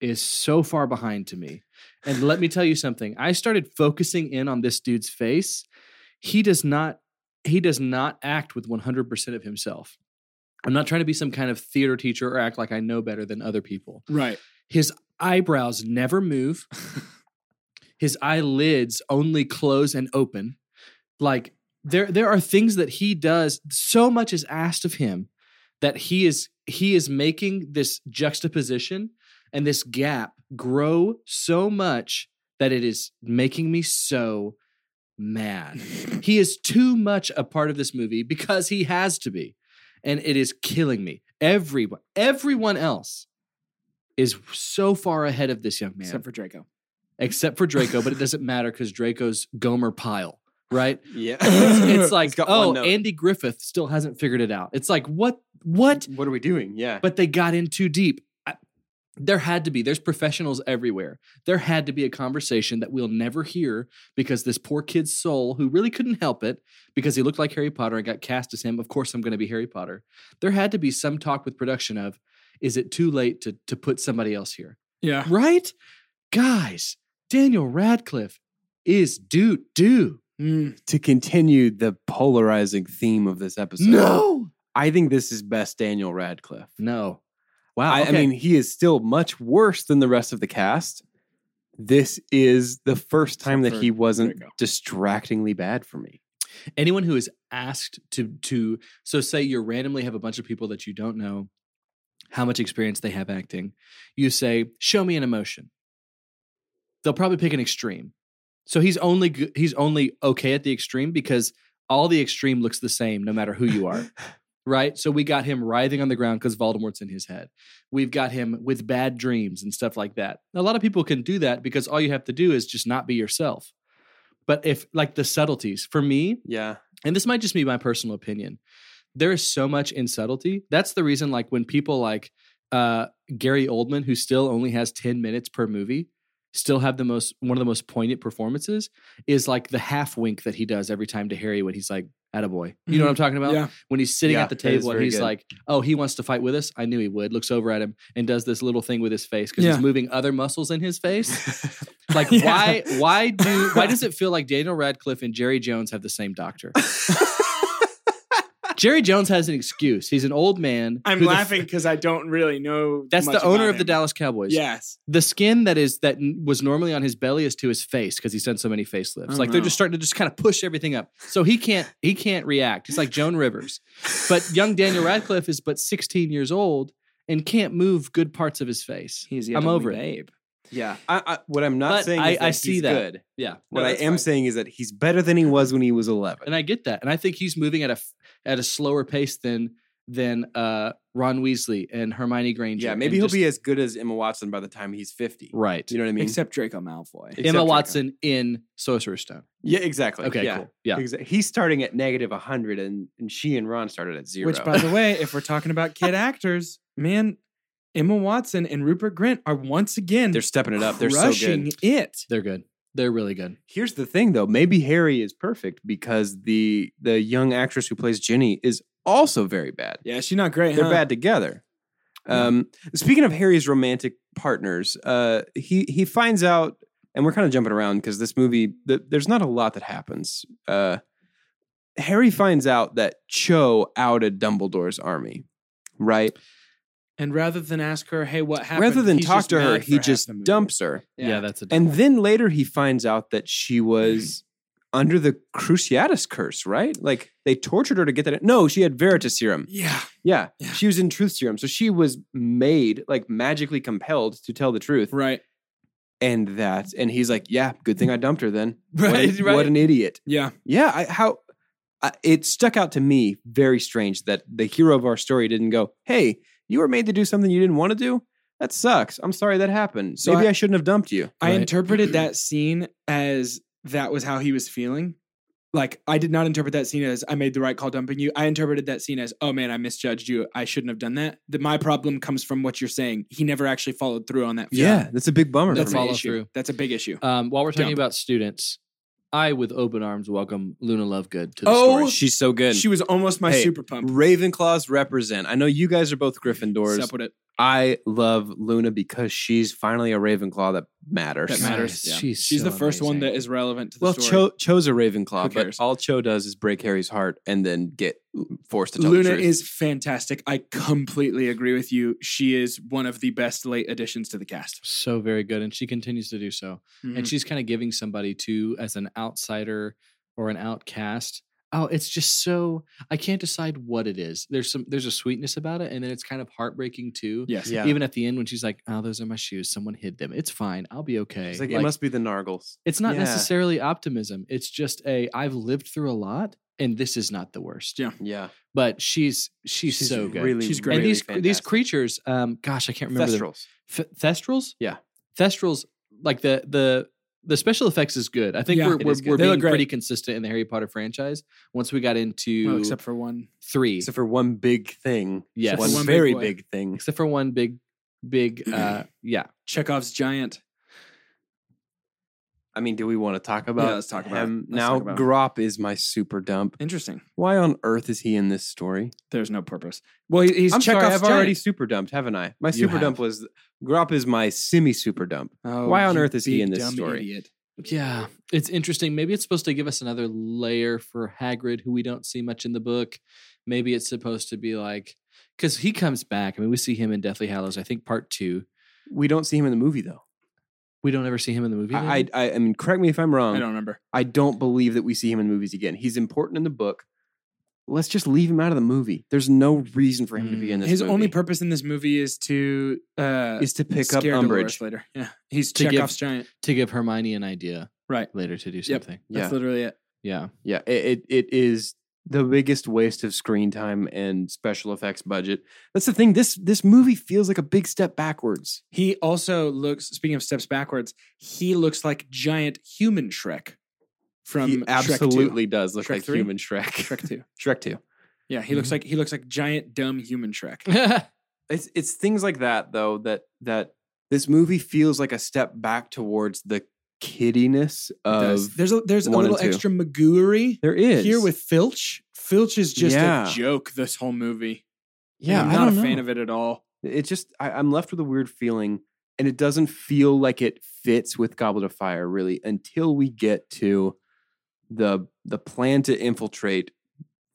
Speaker 3: is so far behind to me. And let me tell you something. I started focusing in on this dude's face. He does not he does not act with 100% of himself. I'm not trying to be some kind of theater teacher or act like I know better than other people.
Speaker 2: Right.
Speaker 3: His eyebrows never move. His eyelids only close and open. Like there there are things that he does so much is asked of him that he is he is making this juxtaposition and this gap grow so much that it is making me so mad. he is too much a part of this movie because he has to be. And it is killing me. Everyone everyone else is so far ahead of this young man
Speaker 2: Except for Draco.
Speaker 3: except for Draco, but it doesn't matter because Draco's Gomer pile,
Speaker 1: [LAUGHS]
Speaker 3: right?
Speaker 1: Yeah,
Speaker 3: [LAUGHS] It's, it's like,
Speaker 1: got one
Speaker 3: oh,
Speaker 1: note.
Speaker 3: Andy Griffith still hasn't figured it out. It's like, what? What?
Speaker 1: what are we doing? Yeah,
Speaker 3: But they got in too deep. I, there had to be. There's professionals everywhere. There had to be a conversation that we'll never hear because this poor kid's soul, who really couldn't help it because he looked like Harry Potter and got cast as him. Of course, I'm going to be Harry Potter. There had to be some talk with production of, is it too late to to put somebody else here?
Speaker 2: Yeah.
Speaker 3: right? Guys, Daniel Radcliffe is doo doo.
Speaker 1: to continue the polarizing theme of this episode,
Speaker 3: No,
Speaker 1: I think this is best Daniel Radcliffe.
Speaker 3: no.
Speaker 1: Wow, I, I
Speaker 3: Mm, okay.
Speaker 1: mean, he is still much worse than the rest of the cast. This is the first time
Speaker 2: Except
Speaker 1: that
Speaker 2: for
Speaker 1: he wasn't
Speaker 2: Draco.
Speaker 1: distractingly bad for me.
Speaker 3: Anyone who is asked to to so say you randomly have a bunch of people that you don't know how much experience they have acting, you say, "Show me an emotion." They'll probably pick an extreme. So he's only go- he's only okay at the extreme because all the extreme looks the same no matter who you are. right? So we got him writhing on the ground because Voldemort's in his head. We've got him with bad dreams and stuff like that. A lot of people can do that because all you have to do is just not be yourself. But if like the subtleties, for me,
Speaker 1: Yeah,
Speaker 3: and this might just be my personal opinion, there is so much in subtlety. That's the reason, like when people like uh, Gary Oldman, who still only has ten minutes per movie, still have the most one of the most poignant performances is like the half wink that he does every time to Harry when he's like, "Attaboy," you know what I'm talking about?
Speaker 2: Mm-hmm. Yeah.
Speaker 3: when he's sitting
Speaker 1: Yeah,
Speaker 3: at the
Speaker 1: that is
Speaker 3: table and
Speaker 1: very
Speaker 3: he's
Speaker 1: good.
Speaker 3: like, "Oh, he wants to fight with us." I knew he would. Looks over at him and does this little thing with his face because
Speaker 2: Yeah.
Speaker 3: he's moving other muscles in his face.
Speaker 2: [LAUGHS]
Speaker 3: like,
Speaker 2: Yeah.
Speaker 3: why? Why do? Why does it feel like Daniel Radcliffe and Jerry Jones have the
Speaker 2: [LAUGHS]
Speaker 3: same doctor? Jerry Jones has an excuse. He's an old man.
Speaker 2: I'm
Speaker 3: who the f-
Speaker 2: laughing because I don't really know.
Speaker 3: that's
Speaker 2: much
Speaker 3: the owner
Speaker 2: about
Speaker 3: of the
Speaker 2: him.
Speaker 3: Dallas Cowboys.
Speaker 2: Yes.
Speaker 3: The skin that is that n- was normally on his belly is to his face because he's done so many
Speaker 2: Oh,
Speaker 3: facelifts. like they're
Speaker 2: no.
Speaker 3: just starting to just kind of push everything up. So he can't he can't react. He's like Joan Rivers. But young Daniel Radcliffe is but 16 years old and can't move good parts of his face.
Speaker 2: He's
Speaker 3: the I'm only over it.
Speaker 2: babe. Yeah.
Speaker 1: I, I, what I'm not
Speaker 3: But
Speaker 1: saying
Speaker 3: I-
Speaker 1: is that
Speaker 3: I
Speaker 1: he's
Speaker 3: see that.
Speaker 1: good.
Speaker 3: Yeah.
Speaker 1: What
Speaker 2: No,
Speaker 1: I
Speaker 2: that's
Speaker 1: am
Speaker 2: fine.
Speaker 1: saying is that he's better than he was when he was 11.
Speaker 3: and I get that, and I think he's moving at a f- at a slower pace than than uh, Ron Weasley and Hermione Granger.
Speaker 1: yeah,
Speaker 3: and
Speaker 1: maybe he'll
Speaker 3: just-
Speaker 1: be as good as Emma Watson by the time he's 50.
Speaker 3: right.
Speaker 1: You know what I mean?
Speaker 2: Except Draco Malfoy.
Speaker 1: Except
Speaker 3: Emma
Speaker 1: Draco.
Speaker 3: Watson in Sorcerer's Stone.
Speaker 1: yeah, exactly.
Speaker 3: Okay,
Speaker 1: yeah.
Speaker 3: cool. Yeah,
Speaker 1: Exa- he's starting at negative 100, and, and she and Ron started at zero.
Speaker 2: Which,
Speaker 1: [LAUGHS]
Speaker 2: by the way, if we're talking about kid actors, man, Emma Watson and Rupert Grint are once again
Speaker 1: they're stepping it up. They're so
Speaker 2: crushing
Speaker 1: good.
Speaker 2: it.
Speaker 3: they're good. They're really good.
Speaker 1: Here's the thing, though. Maybe Harry is perfect because the the young actress who plays Ginny is also very bad.
Speaker 2: Yeah, she's not great.
Speaker 1: They're
Speaker 2: huh?
Speaker 1: bad together. Um, Speaking of Harry's romantic partners, uh, he he finds out, and we're kind of jumping around because this movie, th- there's not a lot that happens. Uh, Harry finds out that Cho outed Dumbledore's army, right?
Speaker 2: And rather than ask her, "Hey, what happened?"
Speaker 1: Rather than
Speaker 2: he's
Speaker 1: talk
Speaker 2: just
Speaker 1: to her,
Speaker 2: mad
Speaker 1: he
Speaker 2: for half
Speaker 1: just
Speaker 2: the movie.
Speaker 1: dumps her.
Speaker 3: Yeah, that's a
Speaker 1: And then later he finds out that she was under the Cruciatus curse, right? Like they tortured her to get that. No, she had Veritas serum. [LAUGHS]
Speaker 2: yeah.
Speaker 1: Yeah,
Speaker 2: Yeah.
Speaker 1: She was in truth serum. So she was made, like magically compelled to tell the truth.
Speaker 2: Right.
Speaker 1: And that, and he's like, yeah, good thing I dumped her then. What an-
Speaker 3: Right, right.
Speaker 1: What an idiot.
Speaker 2: Yeah.
Speaker 1: Yeah. I, how I, it stuck out to me very strange that the hero of our story didn't go, hey, you were made to do something you didn't want to do. That sucks. I'm sorry that happened.
Speaker 2: So
Speaker 1: Maybe
Speaker 2: I-
Speaker 1: I shouldn't have dumped you.
Speaker 2: I
Speaker 3: Right.
Speaker 1: [CLEARS THROAT]
Speaker 2: interpreted that scene as that was how he was feeling. Like I did not interpret that scene as I made the right call dumping you. I interpreted that scene as, oh man, I misjudged you. I shouldn't have done that. That my problem comes from what you're saying. He never actually followed through on that.
Speaker 1: Yeah, that's a big bummer.
Speaker 3: That's
Speaker 1: for me.
Speaker 3: all-
Speaker 2: follow
Speaker 3: follow
Speaker 2: through.
Speaker 3: through.
Speaker 2: That's a big issue.
Speaker 3: Um, while we're talking
Speaker 2: Jump.
Speaker 3: about students, I with open arms welcome Luna Lovegood to the
Speaker 2: Oh,
Speaker 3: story.
Speaker 1: She's so good.
Speaker 2: She was almost my
Speaker 1: Hey,
Speaker 2: super pump.
Speaker 1: Ravenclaws represent. I know you guys are both Gryffindors.
Speaker 2: Sup with it.
Speaker 1: I love Luna because she's finally a Ravenclaw that matters.
Speaker 2: That matters. yeah.
Speaker 3: She's
Speaker 2: She's
Speaker 3: so
Speaker 2: the first one
Speaker 3: amazing.
Speaker 2: that is relevant to the
Speaker 1: Well,
Speaker 2: story.
Speaker 1: Cho, Cho's a
Speaker 2: Who
Speaker 1: Ravenclaw, but
Speaker 2: cares?
Speaker 1: all Cho does is break Harry's heart and then get forced to tell
Speaker 2: Luna
Speaker 1: the truth.
Speaker 2: is fantastic. I completely agree with you. She is one of the best late additions to the cast.
Speaker 3: so very good, and she continues to do so.
Speaker 2: Mm-hmm.
Speaker 1: Mm.
Speaker 3: and she's kind of giving somebody to as an outsider or an outcast oh it's just so i can't decide what it is there's some there's a sweetness about it and then it's kind of heartbreaking too
Speaker 2: yes.
Speaker 1: yeah.
Speaker 3: even at the end when she's like oh those are my shoes someone hid them it's fine i'll be okay
Speaker 1: It's like, it must be the Nargles.
Speaker 3: it's not
Speaker 1: yeah.
Speaker 3: necessarily optimism it's just a i've lived through a lot and this is not the worst
Speaker 2: Yeah.
Speaker 1: Yeah,
Speaker 3: but she's she's,
Speaker 1: She's
Speaker 3: so good
Speaker 1: really,
Speaker 2: She's great.
Speaker 3: and
Speaker 1: really
Speaker 3: these these
Speaker 1: fantastic.
Speaker 3: creatures um gosh i can't remember them.
Speaker 1: Thestrals.
Speaker 3: F- Thestrals?
Speaker 1: Yeah.
Speaker 3: Thestrals, like the the the special effects is good. I think
Speaker 2: Yeah,
Speaker 3: we're
Speaker 1: it
Speaker 3: we're,
Speaker 1: is good.
Speaker 3: we're
Speaker 2: They look
Speaker 3: being pretty
Speaker 2: great.
Speaker 3: consistent in the Harry Potter franchise. Once we got into
Speaker 2: Well, except for one.
Speaker 3: three,
Speaker 1: Except for one big thing.
Speaker 3: Yes.
Speaker 1: one,
Speaker 2: One big
Speaker 1: very
Speaker 2: boy.
Speaker 1: big, thing.
Speaker 3: except for one big big
Speaker 1: [CLEARS THROAT]
Speaker 3: uh yeah.
Speaker 2: Chekhov's giant.
Speaker 1: I mean, do we want to talk about?
Speaker 2: let's talk about it.
Speaker 1: him
Speaker 2: Let's
Speaker 1: now.
Speaker 2: talk about it.
Speaker 1: Grop is my super dump.
Speaker 2: Interesting.
Speaker 1: Why on earth is he in this story?
Speaker 2: There's no purpose. Well, he- he's
Speaker 1: I'm
Speaker 2: Chekhov's
Speaker 1: sorry, I've
Speaker 2: giant.
Speaker 1: already super dumped, haven't I? My super
Speaker 3: have.
Speaker 1: dump was Grop is my semi super dump.
Speaker 2: Oh,
Speaker 1: Why on
Speaker 2: you
Speaker 1: earth is he
Speaker 2: big
Speaker 1: in this
Speaker 2: dumb
Speaker 1: story?
Speaker 2: idiot.
Speaker 3: Yeah. It's interesting. Maybe it's supposed to give us another layer for Hagrid, who we don't see much in the book. Maybe it's supposed to be like because he comes back. I mean, we see him in Deathly Hallows, I think part two.
Speaker 1: We don't see him in the movie though.
Speaker 3: We don't ever see him in the movie.
Speaker 1: I,
Speaker 3: maybe?
Speaker 1: I, I mean, correct me if I'm wrong.
Speaker 2: I don't remember.
Speaker 1: I don't believe that we see him in the movies again. He's important in the book. Let's just leave him out of the movie. There's no reason for him to be in this.
Speaker 2: His only
Speaker 1: movie,
Speaker 2: purpose in this movie is to uh,
Speaker 1: is to pick up
Speaker 2: scare Dolores
Speaker 1: umbrage.
Speaker 2: later. Yeah, he's
Speaker 3: To give-
Speaker 2: Chekhov's giant.
Speaker 3: to give Hermione an idea
Speaker 2: Right.
Speaker 3: later to do
Speaker 2: Yep.
Speaker 3: something.
Speaker 1: Yeah.
Speaker 2: That's literally it.
Speaker 3: Yeah. [LAUGHS]
Speaker 1: Yeah, it, it it is the biggest waste of screen time and special effects budget. That's the thing. This this movie feels like a big step backwards.
Speaker 2: He also looks. Speaking of steps backwards, he looks like giant human Shrek from
Speaker 1: he
Speaker 2: Shrek 2.
Speaker 1: absolutely does look
Speaker 2: Shrek
Speaker 1: like
Speaker 2: 3?
Speaker 1: human Shrek. [LAUGHS]
Speaker 2: Shrek Two.
Speaker 1: Shrek Two.
Speaker 2: Yeah, he
Speaker 1: Mm-hmm.
Speaker 2: looks like he looks like giant dumb human
Speaker 3: [LAUGHS]
Speaker 2: Shrek.
Speaker 1: It's it's things like that though that that this movie feels like a step back towards the kiddiness
Speaker 2: Does.
Speaker 1: of
Speaker 2: there's a there's a
Speaker 1: one and
Speaker 2: little
Speaker 1: two.
Speaker 2: extra Magooery
Speaker 1: there is
Speaker 2: here with Filch. Filch is just
Speaker 1: Yeah.
Speaker 2: a joke this whole movie.
Speaker 1: yeah
Speaker 2: I'm
Speaker 1: I
Speaker 2: not a
Speaker 1: don't
Speaker 2: fan
Speaker 1: know.
Speaker 2: of it at all.
Speaker 1: it. just I, I'm left with a weird feeling, and it doesn't feel like it fits with Goblet of Fire really until we get to the the plan to infiltrate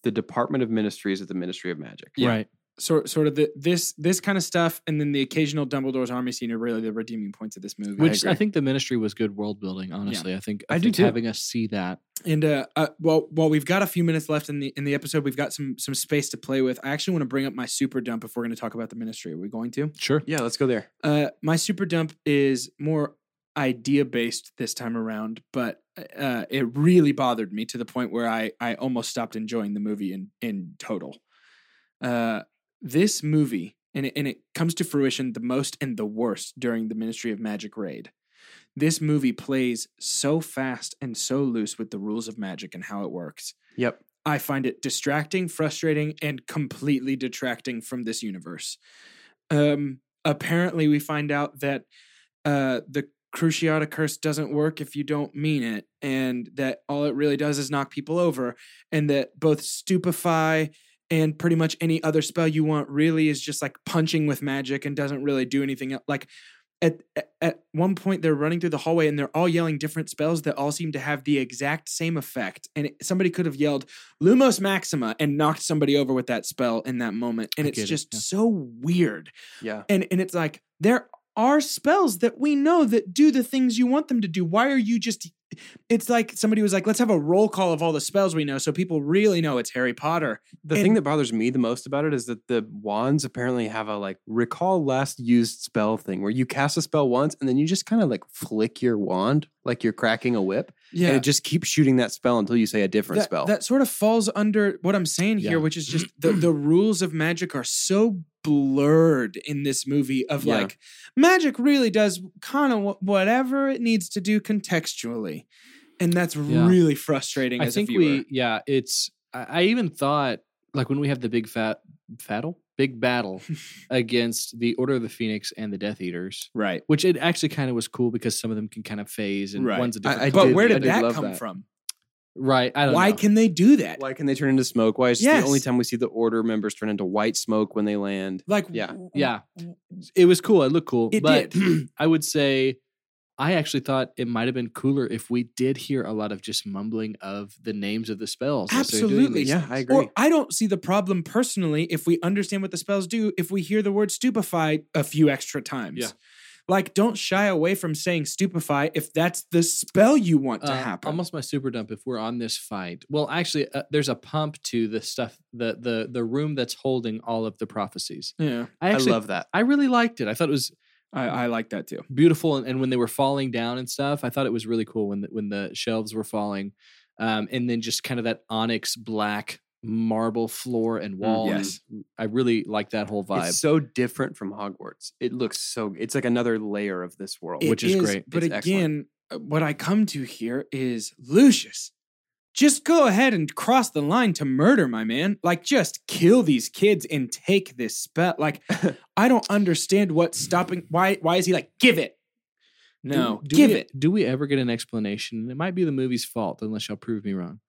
Speaker 1: the Department of Ministries at the Ministry of Magic.
Speaker 2: Yeah.
Speaker 3: Right.
Speaker 2: sort sort of the this this kind of stuff, and then the occasional Dumbledore's army scene are really the redeeming points of this movie.
Speaker 3: Which I, think the ministry was good world building. Honestly, I think
Speaker 1: I do
Speaker 3: think
Speaker 1: too.
Speaker 3: Having us see that,
Speaker 2: And uh, uh, while while we've got a few minutes left in the in the episode, we've got some some space to play with. I actually want to bring up my super dump if we're going to talk about the ministry. Are we going to?
Speaker 3: sure,
Speaker 1: Yeah, let's go there.
Speaker 2: Uh, my super dump is more idea based this time around, but uh, it really bothered me to the point where I I almost stopped enjoying the movie in in total. Uh, this movie and it, and it comes to fruition the most and the worst during the Ministry of Magic raid. This movie plays so fast and so loose with the rules of magic and how it works.
Speaker 1: Yep.
Speaker 2: I find it distracting, frustrating, and completely detracting from this universe. Um, apparently, we find out that uh, the Cruciata curse doesn't work if you don't mean it, and that all it really does is knock people over, and that both stupefy and pretty much any other spell you want really is just like punching with magic and doesn't really do anything el- like at at- at one point they're running through the hallway and they're all yelling different spells that all seem to have the exact same effect and it- somebody could have yelled lumos maxima and knocked somebody over with that spell in that moment and
Speaker 3: I
Speaker 2: it's
Speaker 3: get it,
Speaker 2: just
Speaker 3: yeah.
Speaker 2: so weird
Speaker 1: Yeah.
Speaker 2: and and it's like there are spells that we know that do the things you want them to do why are you just it's like somebody was like let's have a roll call of all the spells we know so people really know it's harry potter
Speaker 1: The
Speaker 2: And-
Speaker 1: thing that bothers me the most about it is that the wands apparently have a like recall last used spell thing where you cast a spell once and then you just kind of like flick your wand like you're cracking a whip
Speaker 2: yeah
Speaker 1: and it just keeps shooting that spell until you say a different
Speaker 2: that,
Speaker 1: spell.
Speaker 2: that sort of falls under what i'm saying
Speaker 3: Yeah.
Speaker 2: here which is just the, the rules of magic are so blurred in this movie of
Speaker 1: Yeah.
Speaker 2: like magic really does kind of whatever it needs to do contextually and that's
Speaker 3: Yeah.
Speaker 2: really frustrating
Speaker 3: I
Speaker 2: as
Speaker 3: think
Speaker 2: a viewer
Speaker 3: we, yeah, it's. I, I even thought like when we have the big fat battle, big battle against the Order of the Phoenix and the Death Eaters,
Speaker 2: right
Speaker 3: which it actually kind of was cool because some of them can kind of phase and
Speaker 2: Right.
Speaker 3: one's a
Speaker 1: I-
Speaker 3: different.
Speaker 1: I
Speaker 2: but
Speaker 3: color.
Speaker 1: did-
Speaker 2: where
Speaker 1: I
Speaker 2: did
Speaker 1: did
Speaker 2: that
Speaker 1: love
Speaker 2: come
Speaker 1: that.
Speaker 2: from
Speaker 3: right? I don't
Speaker 2: why
Speaker 3: know.
Speaker 2: can they do that
Speaker 1: Why can they turn into smoke? Why is this the only
Speaker 2: Yes.
Speaker 1: time we see the order members turn into white smoke when they land?
Speaker 2: Like,
Speaker 1: Yeah.
Speaker 2: w-
Speaker 3: Yeah, it was cool. It looked cool.
Speaker 2: Mm-hmm. It [CLEARS THROAT]
Speaker 3: but I would say I actually thought it might have been cooler if we did hear a lot of just mumbling of the names of the spells. as they're doing
Speaker 2: Absolutely.
Speaker 3: these
Speaker 1: Yeah,
Speaker 3: things.
Speaker 1: I agree.
Speaker 2: Or I don't see the problem personally if we understand what the spells do, if we hear the word stupefy a few extra times.
Speaker 3: Yeah.
Speaker 2: Like, don't shy away from saying stupefy if that's the spell you want to
Speaker 3: Uh,
Speaker 2: happen.
Speaker 3: Almost my super dump. If we're on this fight, well, actually, uh, there's a pump to the stuff, the the the room that's holding all of the prophecies.
Speaker 2: yeah.
Speaker 3: I actually,
Speaker 1: I love that.
Speaker 3: I really liked it. I thought it was
Speaker 2: I, I like that too.
Speaker 3: beautiful, and, and when they were falling down and stuff, I thought it was really cool when the, when the shelves were falling, um, and then just kind of that onyx black marble floor and wall. and
Speaker 2: Mm, yes.
Speaker 3: I really like that whole vibe.
Speaker 1: It's so different from Hogwarts. It looks so. It's like another layer of this world.
Speaker 3: It- which is great.
Speaker 2: But
Speaker 1: It's excellent.
Speaker 2: again, uh, what I come to here is Lucius. Just go ahead and cross the line to murder, my man. Like, just kill these kids and take this spell.
Speaker 3: [LAUGHS]
Speaker 2: Like, I don't understand what's stopping. Why? Why is he like, give it?
Speaker 3: Do-
Speaker 2: No,
Speaker 3: do
Speaker 2: give
Speaker 3: we,
Speaker 2: it.
Speaker 3: Do we ever get an explanation? And it might be the movie's fault, unless y'all prove me wrong.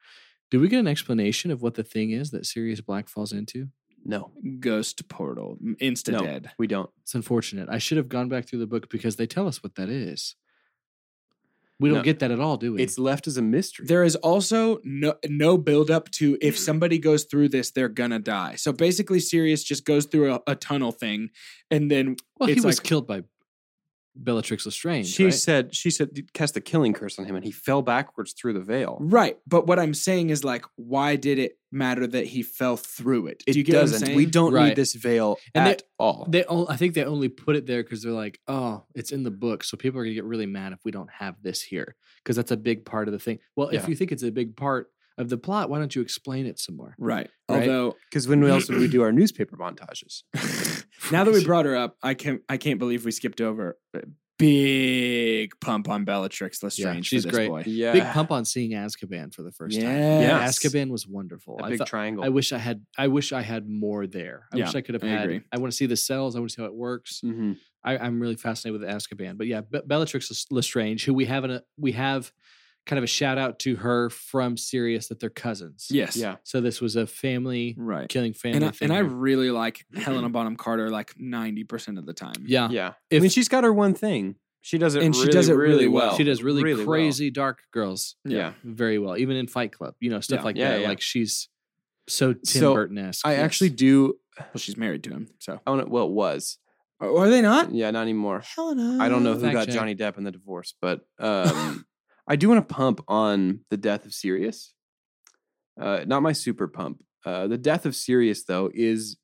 Speaker 3: Do we get an explanation of what the thing is that Sirius Black falls into?
Speaker 1: no,
Speaker 2: Ghost portal, insta
Speaker 1: No. we don't.
Speaker 3: It's unfortunate. I should have gone back through the book because they tell us what that is. We don't
Speaker 1: No.
Speaker 3: get that at all, do we?
Speaker 1: It's left as a mystery.
Speaker 2: There is also no no build up to
Speaker 3: [CLEARS THROAT]
Speaker 2: if somebody goes through this, they're gonna die. So basically, Sirius just goes through a, a tunnel thing, and then
Speaker 3: well, he
Speaker 2: it's
Speaker 3: was
Speaker 2: like-
Speaker 3: killed by Bellatrix Lestrange.
Speaker 1: she
Speaker 3: right?
Speaker 1: said. She said cast the killing curse on him, and he fell backwards through the veil.
Speaker 2: Right. But what I'm saying is like, why did it matter that he fell through it? Do
Speaker 1: It
Speaker 2: you get What I'm
Speaker 1: doesn't.
Speaker 2: saying?
Speaker 1: We don't
Speaker 3: Right.
Speaker 1: need this veil
Speaker 3: And they-
Speaker 1: at all.
Speaker 3: they all, I think they only put it there because they're like, oh, it's in the book, so people are gonna get really mad if we don't have this here because that's a big part of the thing. Well, if
Speaker 1: Yeah.
Speaker 3: you think it's a big part of the plot, why don't you explain it some more?
Speaker 2: Right.
Speaker 3: Right.
Speaker 2: Although
Speaker 1: Because [LAUGHS] when else would we do our newspaper [LAUGHS] montages?
Speaker 2: now that we brought her up, I can I can't believe we skipped over a big pump on Bellatrix Lestrange. for
Speaker 3: she's
Speaker 2: this
Speaker 3: great.
Speaker 2: Boy.
Speaker 1: Yeah,
Speaker 3: Big pump on seeing Azkaban for the first time.
Speaker 2: Yeah.
Speaker 1: Yes.
Speaker 3: Azkaban was wonderful.
Speaker 1: That
Speaker 3: I,
Speaker 1: big
Speaker 3: thought-
Speaker 1: triangle.
Speaker 3: I wish I had. I wish I had more there. I wish
Speaker 2: Yeah,
Speaker 3: I could have
Speaker 2: I
Speaker 3: had.
Speaker 2: agree.
Speaker 3: I want to see the cells. I want to see how it works.
Speaker 1: Mhm.
Speaker 3: I, I'm really fascinated with Azkaban. But yeah, Be- Bellatrix Lest- Lestrange, who we have in a, we have kind of a shout out to her from Sirius that they're cousins.
Speaker 2: Yes.
Speaker 1: Yeah.
Speaker 3: So this was a family
Speaker 2: Right.
Speaker 3: killing family
Speaker 2: And I,
Speaker 3: thing.
Speaker 2: and I
Speaker 3: here.
Speaker 2: really like Helena Bonham Carter like 90% of the time.
Speaker 3: yeah.
Speaker 1: Yeah. I
Speaker 3: If-
Speaker 1: mean, she's got her one thing. She does it.
Speaker 2: And she
Speaker 1: really,
Speaker 2: does it
Speaker 1: really,
Speaker 2: really well.
Speaker 1: well.
Speaker 3: She does really,
Speaker 1: Really well.
Speaker 3: crazy dark girls
Speaker 1: Yeah.
Speaker 3: very well, even in Fight Club, you know, stuff
Speaker 2: Yeah.
Speaker 3: like
Speaker 1: Yeah,
Speaker 3: that.
Speaker 1: yeah.
Speaker 3: Like she's So Tim
Speaker 1: So,
Speaker 3: Burton esque.
Speaker 1: I actually do.
Speaker 2: Well, she's married to him, so
Speaker 1: I want to. Well, it was.
Speaker 2: are, are they not?
Speaker 1: Yeah, not anymore.
Speaker 2: Helena.
Speaker 1: I don't know who
Speaker 3: Fact
Speaker 1: got
Speaker 3: check.
Speaker 1: Johnny Depp in the divorce,
Speaker 3: [LAUGHS]
Speaker 1: but um, I do want to pump on the death of Sirius. Uh, not my super pump. Uh, the death of Sirius though is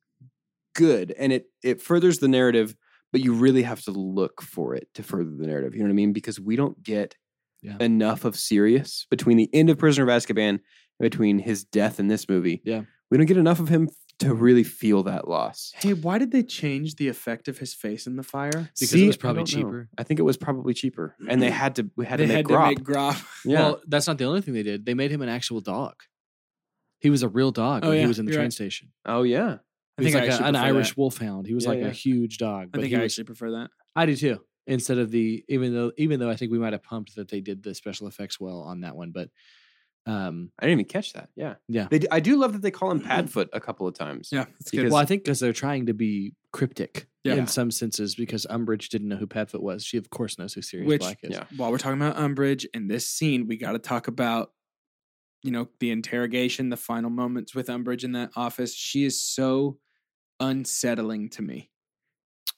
Speaker 1: good, and it it furthers the narrative, but you really have to look for it to further the narrative. You know what I mean? Because we don't get
Speaker 3: Yeah.
Speaker 1: enough of Sirius between the end of Prisoner of Azkaban, between his death in this movie.
Speaker 3: Yeah.
Speaker 1: we don't get enough of him to really feel that loss.
Speaker 2: Hey, why did they change the effect of his face in the fire?
Speaker 3: because
Speaker 1: See,
Speaker 3: it was
Speaker 1: I
Speaker 3: probably
Speaker 1: don't know.
Speaker 3: cheaper.
Speaker 1: I think it was probably cheaper, and they had to. We had
Speaker 2: Mm-hmm.
Speaker 1: to
Speaker 2: they
Speaker 1: make Grop.
Speaker 2: had to make Grop.
Speaker 1: yeah,
Speaker 3: Well, that's not the only thing they did. They made him an actual dog. He was a real dog
Speaker 2: Oh,
Speaker 3: when
Speaker 2: yeah,
Speaker 3: he was in the
Speaker 2: you're
Speaker 3: train
Speaker 2: right.
Speaker 3: station.
Speaker 1: oh yeah,
Speaker 3: I
Speaker 2: was
Speaker 3: think like a-
Speaker 2: actually
Speaker 3: an
Speaker 2: prefer
Speaker 3: Irish
Speaker 2: that.
Speaker 3: wolfhound. He was
Speaker 1: Yeah,
Speaker 3: like
Speaker 1: yeah.
Speaker 3: a huge dog.
Speaker 2: I
Speaker 3: But
Speaker 2: think
Speaker 3: he
Speaker 2: I
Speaker 3: was-
Speaker 2: actually prefer that.
Speaker 3: I do too. Instead of the even though even though I think we might have pumped that they did the special effects well on that one, but um,
Speaker 1: I didn't even catch that. Yeah,
Speaker 3: Yeah.
Speaker 1: They, d- I do love that they call him Padfoot a couple of times.
Speaker 2: Mm-hmm. Yeah, that's
Speaker 1: good.
Speaker 2: good.
Speaker 1: Because-
Speaker 3: well, I think because they're trying to be cryptic
Speaker 2: Yeah.
Speaker 3: in some senses because Umbridge didn't know who Padfoot was. She of course knows who Sirius
Speaker 2: Which-
Speaker 3: Black is.
Speaker 1: yeah.
Speaker 2: While we're talking about Umbridge in this scene, we got to talk about you know the interrogation, the final moments with Umbridge in that office. She is so unsettling to me.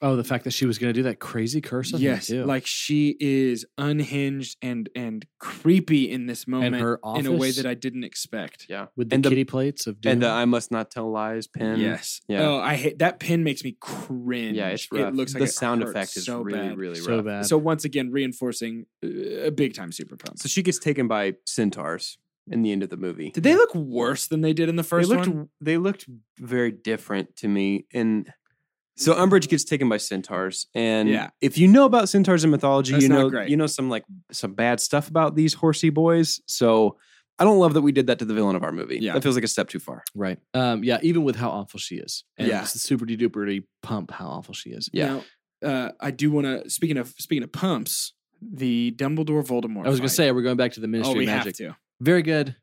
Speaker 3: Oh, the fact that she was going to do that crazy curse on
Speaker 2: yes,
Speaker 3: him too.
Speaker 2: like she is unhinged and and creepy in this moment
Speaker 3: and her office
Speaker 2: in a way that I didn't expect.
Speaker 1: yeah.
Speaker 3: with the,
Speaker 1: and the-
Speaker 3: kitty plates of doom.
Speaker 1: And the I must not tell lies pin.
Speaker 2: Yes.
Speaker 1: Yeah.
Speaker 2: Oh, I hate that pin makes me cringe.
Speaker 1: yeah, it's rough.
Speaker 2: it looks like
Speaker 1: the
Speaker 2: it
Speaker 1: sound
Speaker 2: hurts
Speaker 1: effect is
Speaker 2: so
Speaker 1: really,
Speaker 2: bad.
Speaker 1: really
Speaker 3: so
Speaker 1: rough.
Speaker 3: bad.
Speaker 2: So once again, reinforcing uh, a big time super pump.
Speaker 1: So she gets taken by centaurs in the end of the movie.
Speaker 2: Did they look worse than they did in the first
Speaker 1: they looked,
Speaker 2: one?
Speaker 1: They looked very different to me. And so Umbridge gets taken by centaurs. And
Speaker 2: Yeah.
Speaker 1: if you know about centaurs and mythology,
Speaker 2: That's
Speaker 1: you
Speaker 2: not
Speaker 1: know
Speaker 2: great.
Speaker 1: you know some like some bad stuff about these horsey boys. So I don't love that we did that to the villain of our movie.
Speaker 2: Yeah.
Speaker 1: That feels like a step too far.
Speaker 3: right. Um, yeah, even with how awful she is. And
Speaker 2: Yeah.
Speaker 3: it's the super duper pump how awful she is.
Speaker 1: Yeah.
Speaker 2: Now, uh, I do want to. Speaking of speaking of pumps, the Dumbledore Voldemort.
Speaker 3: I was going to
Speaker 2: fight.
Speaker 3: say, we're going back to the Ministry
Speaker 2: oh, we
Speaker 3: of Magic.
Speaker 2: have to.
Speaker 3: Very good.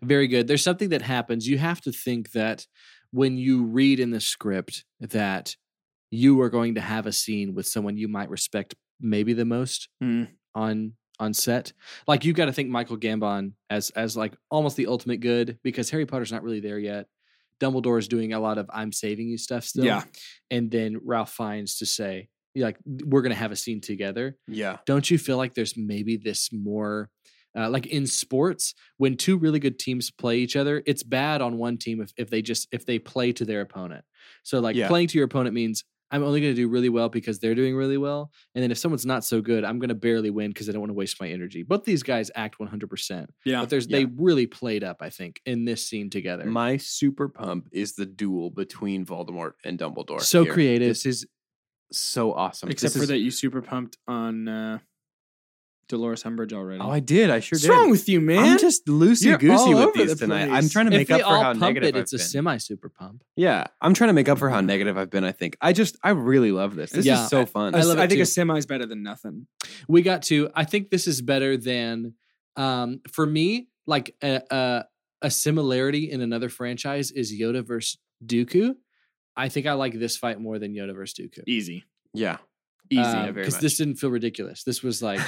Speaker 3: Very good. There's something that happens. You have to think that when you read in the script that you are going to have a scene with someone you might respect maybe the most
Speaker 2: Mm.
Speaker 3: on on set. Like you've got to think Michael Gambon as as like almost the ultimate good because Harry Potter's not really there yet. Dumbledore is doing a lot of I'm saving you stuff still.
Speaker 2: Yeah.
Speaker 3: And then Ralph Fiennes to say, like, we're gonna have a scene together
Speaker 1: Yeah.
Speaker 3: don't you feel like there's maybe this more uh, like in sports when two really good teams play each other it's bad on one team if, if they just if they play to their opponent so like
Speaker 1: Yeah.
Speaker 3: playing to your opponent means i'm only going to do really well because they're doing really well and then if someone's not so good i'm going to barely win because i don't want to waste my energy both these guys act 100%
Speaker 2: Yeah.
Speaker 3: but there's
Speaker 1: yeah.
Speaker 3: they really played up i think in this scene together
Speaker 1: My super pump is the duel between Voldemort and Dumbledore.
Speaker 3: So
Speaker 1: here.
Speaker 3: creative.
Speaker 1: This is so awesome.
Speaker 2: Except
Speaker 1: This
Speaker 2: for
Speaker 1: is-
Speaker 2: that, you super pumped on uh, Dolores Umbridge already.
Speaker 1: Oh, I did. I sure
Speaker 2: What's
Speaker 1: did.
Speaker 2: wrong with you, man?
Speaker 1: I'm just loosey goosey
Speaker 2: all
Speaker 1: with
Speaker 2: over the
Speaker 1: these tonight. I'm
Speaker 2: place.
Speaker 1: trying to
Speaker 3: if
Speaker 1: make
Speaker 3: they
Speaker 1: up for
Speaker 3: all
Speaker 1: how
Speaker 3: pump
Speaker 1: negative
Speaker 3: it, it's
Speaker 1: I've
Speaker 3: a
Speaker 1: been.
Speaker 3: semi super pump
Speaker 1: Yeah, I'm trying to make up for how negative I've been. I think I just I really love this. This
Speaker 3: Yeah.
Speaker 1: is so fun.
Speaker 2: A s-
Speaker 3: love it
Speaker 2: I think
Speaker 3: too.
Speaker 2: a semi is better than nothing.
Speaker 3: we got to i think this is better than um for me like a a, a similarity in another franchise is yoda versus dooku i think i like this fight more than yoda versus dooku
Speaker 2: Easy,
Speaker 1: yeah,
Speaker 2: easy.
Speaker 1: Um, E-, very
Speaker 3: because
Speaker 1: much.
Speaker 3: [LAUGHS] this didn't feel ridiculous this
Speaker 1: [LAUGHS]
Speaker 3: was like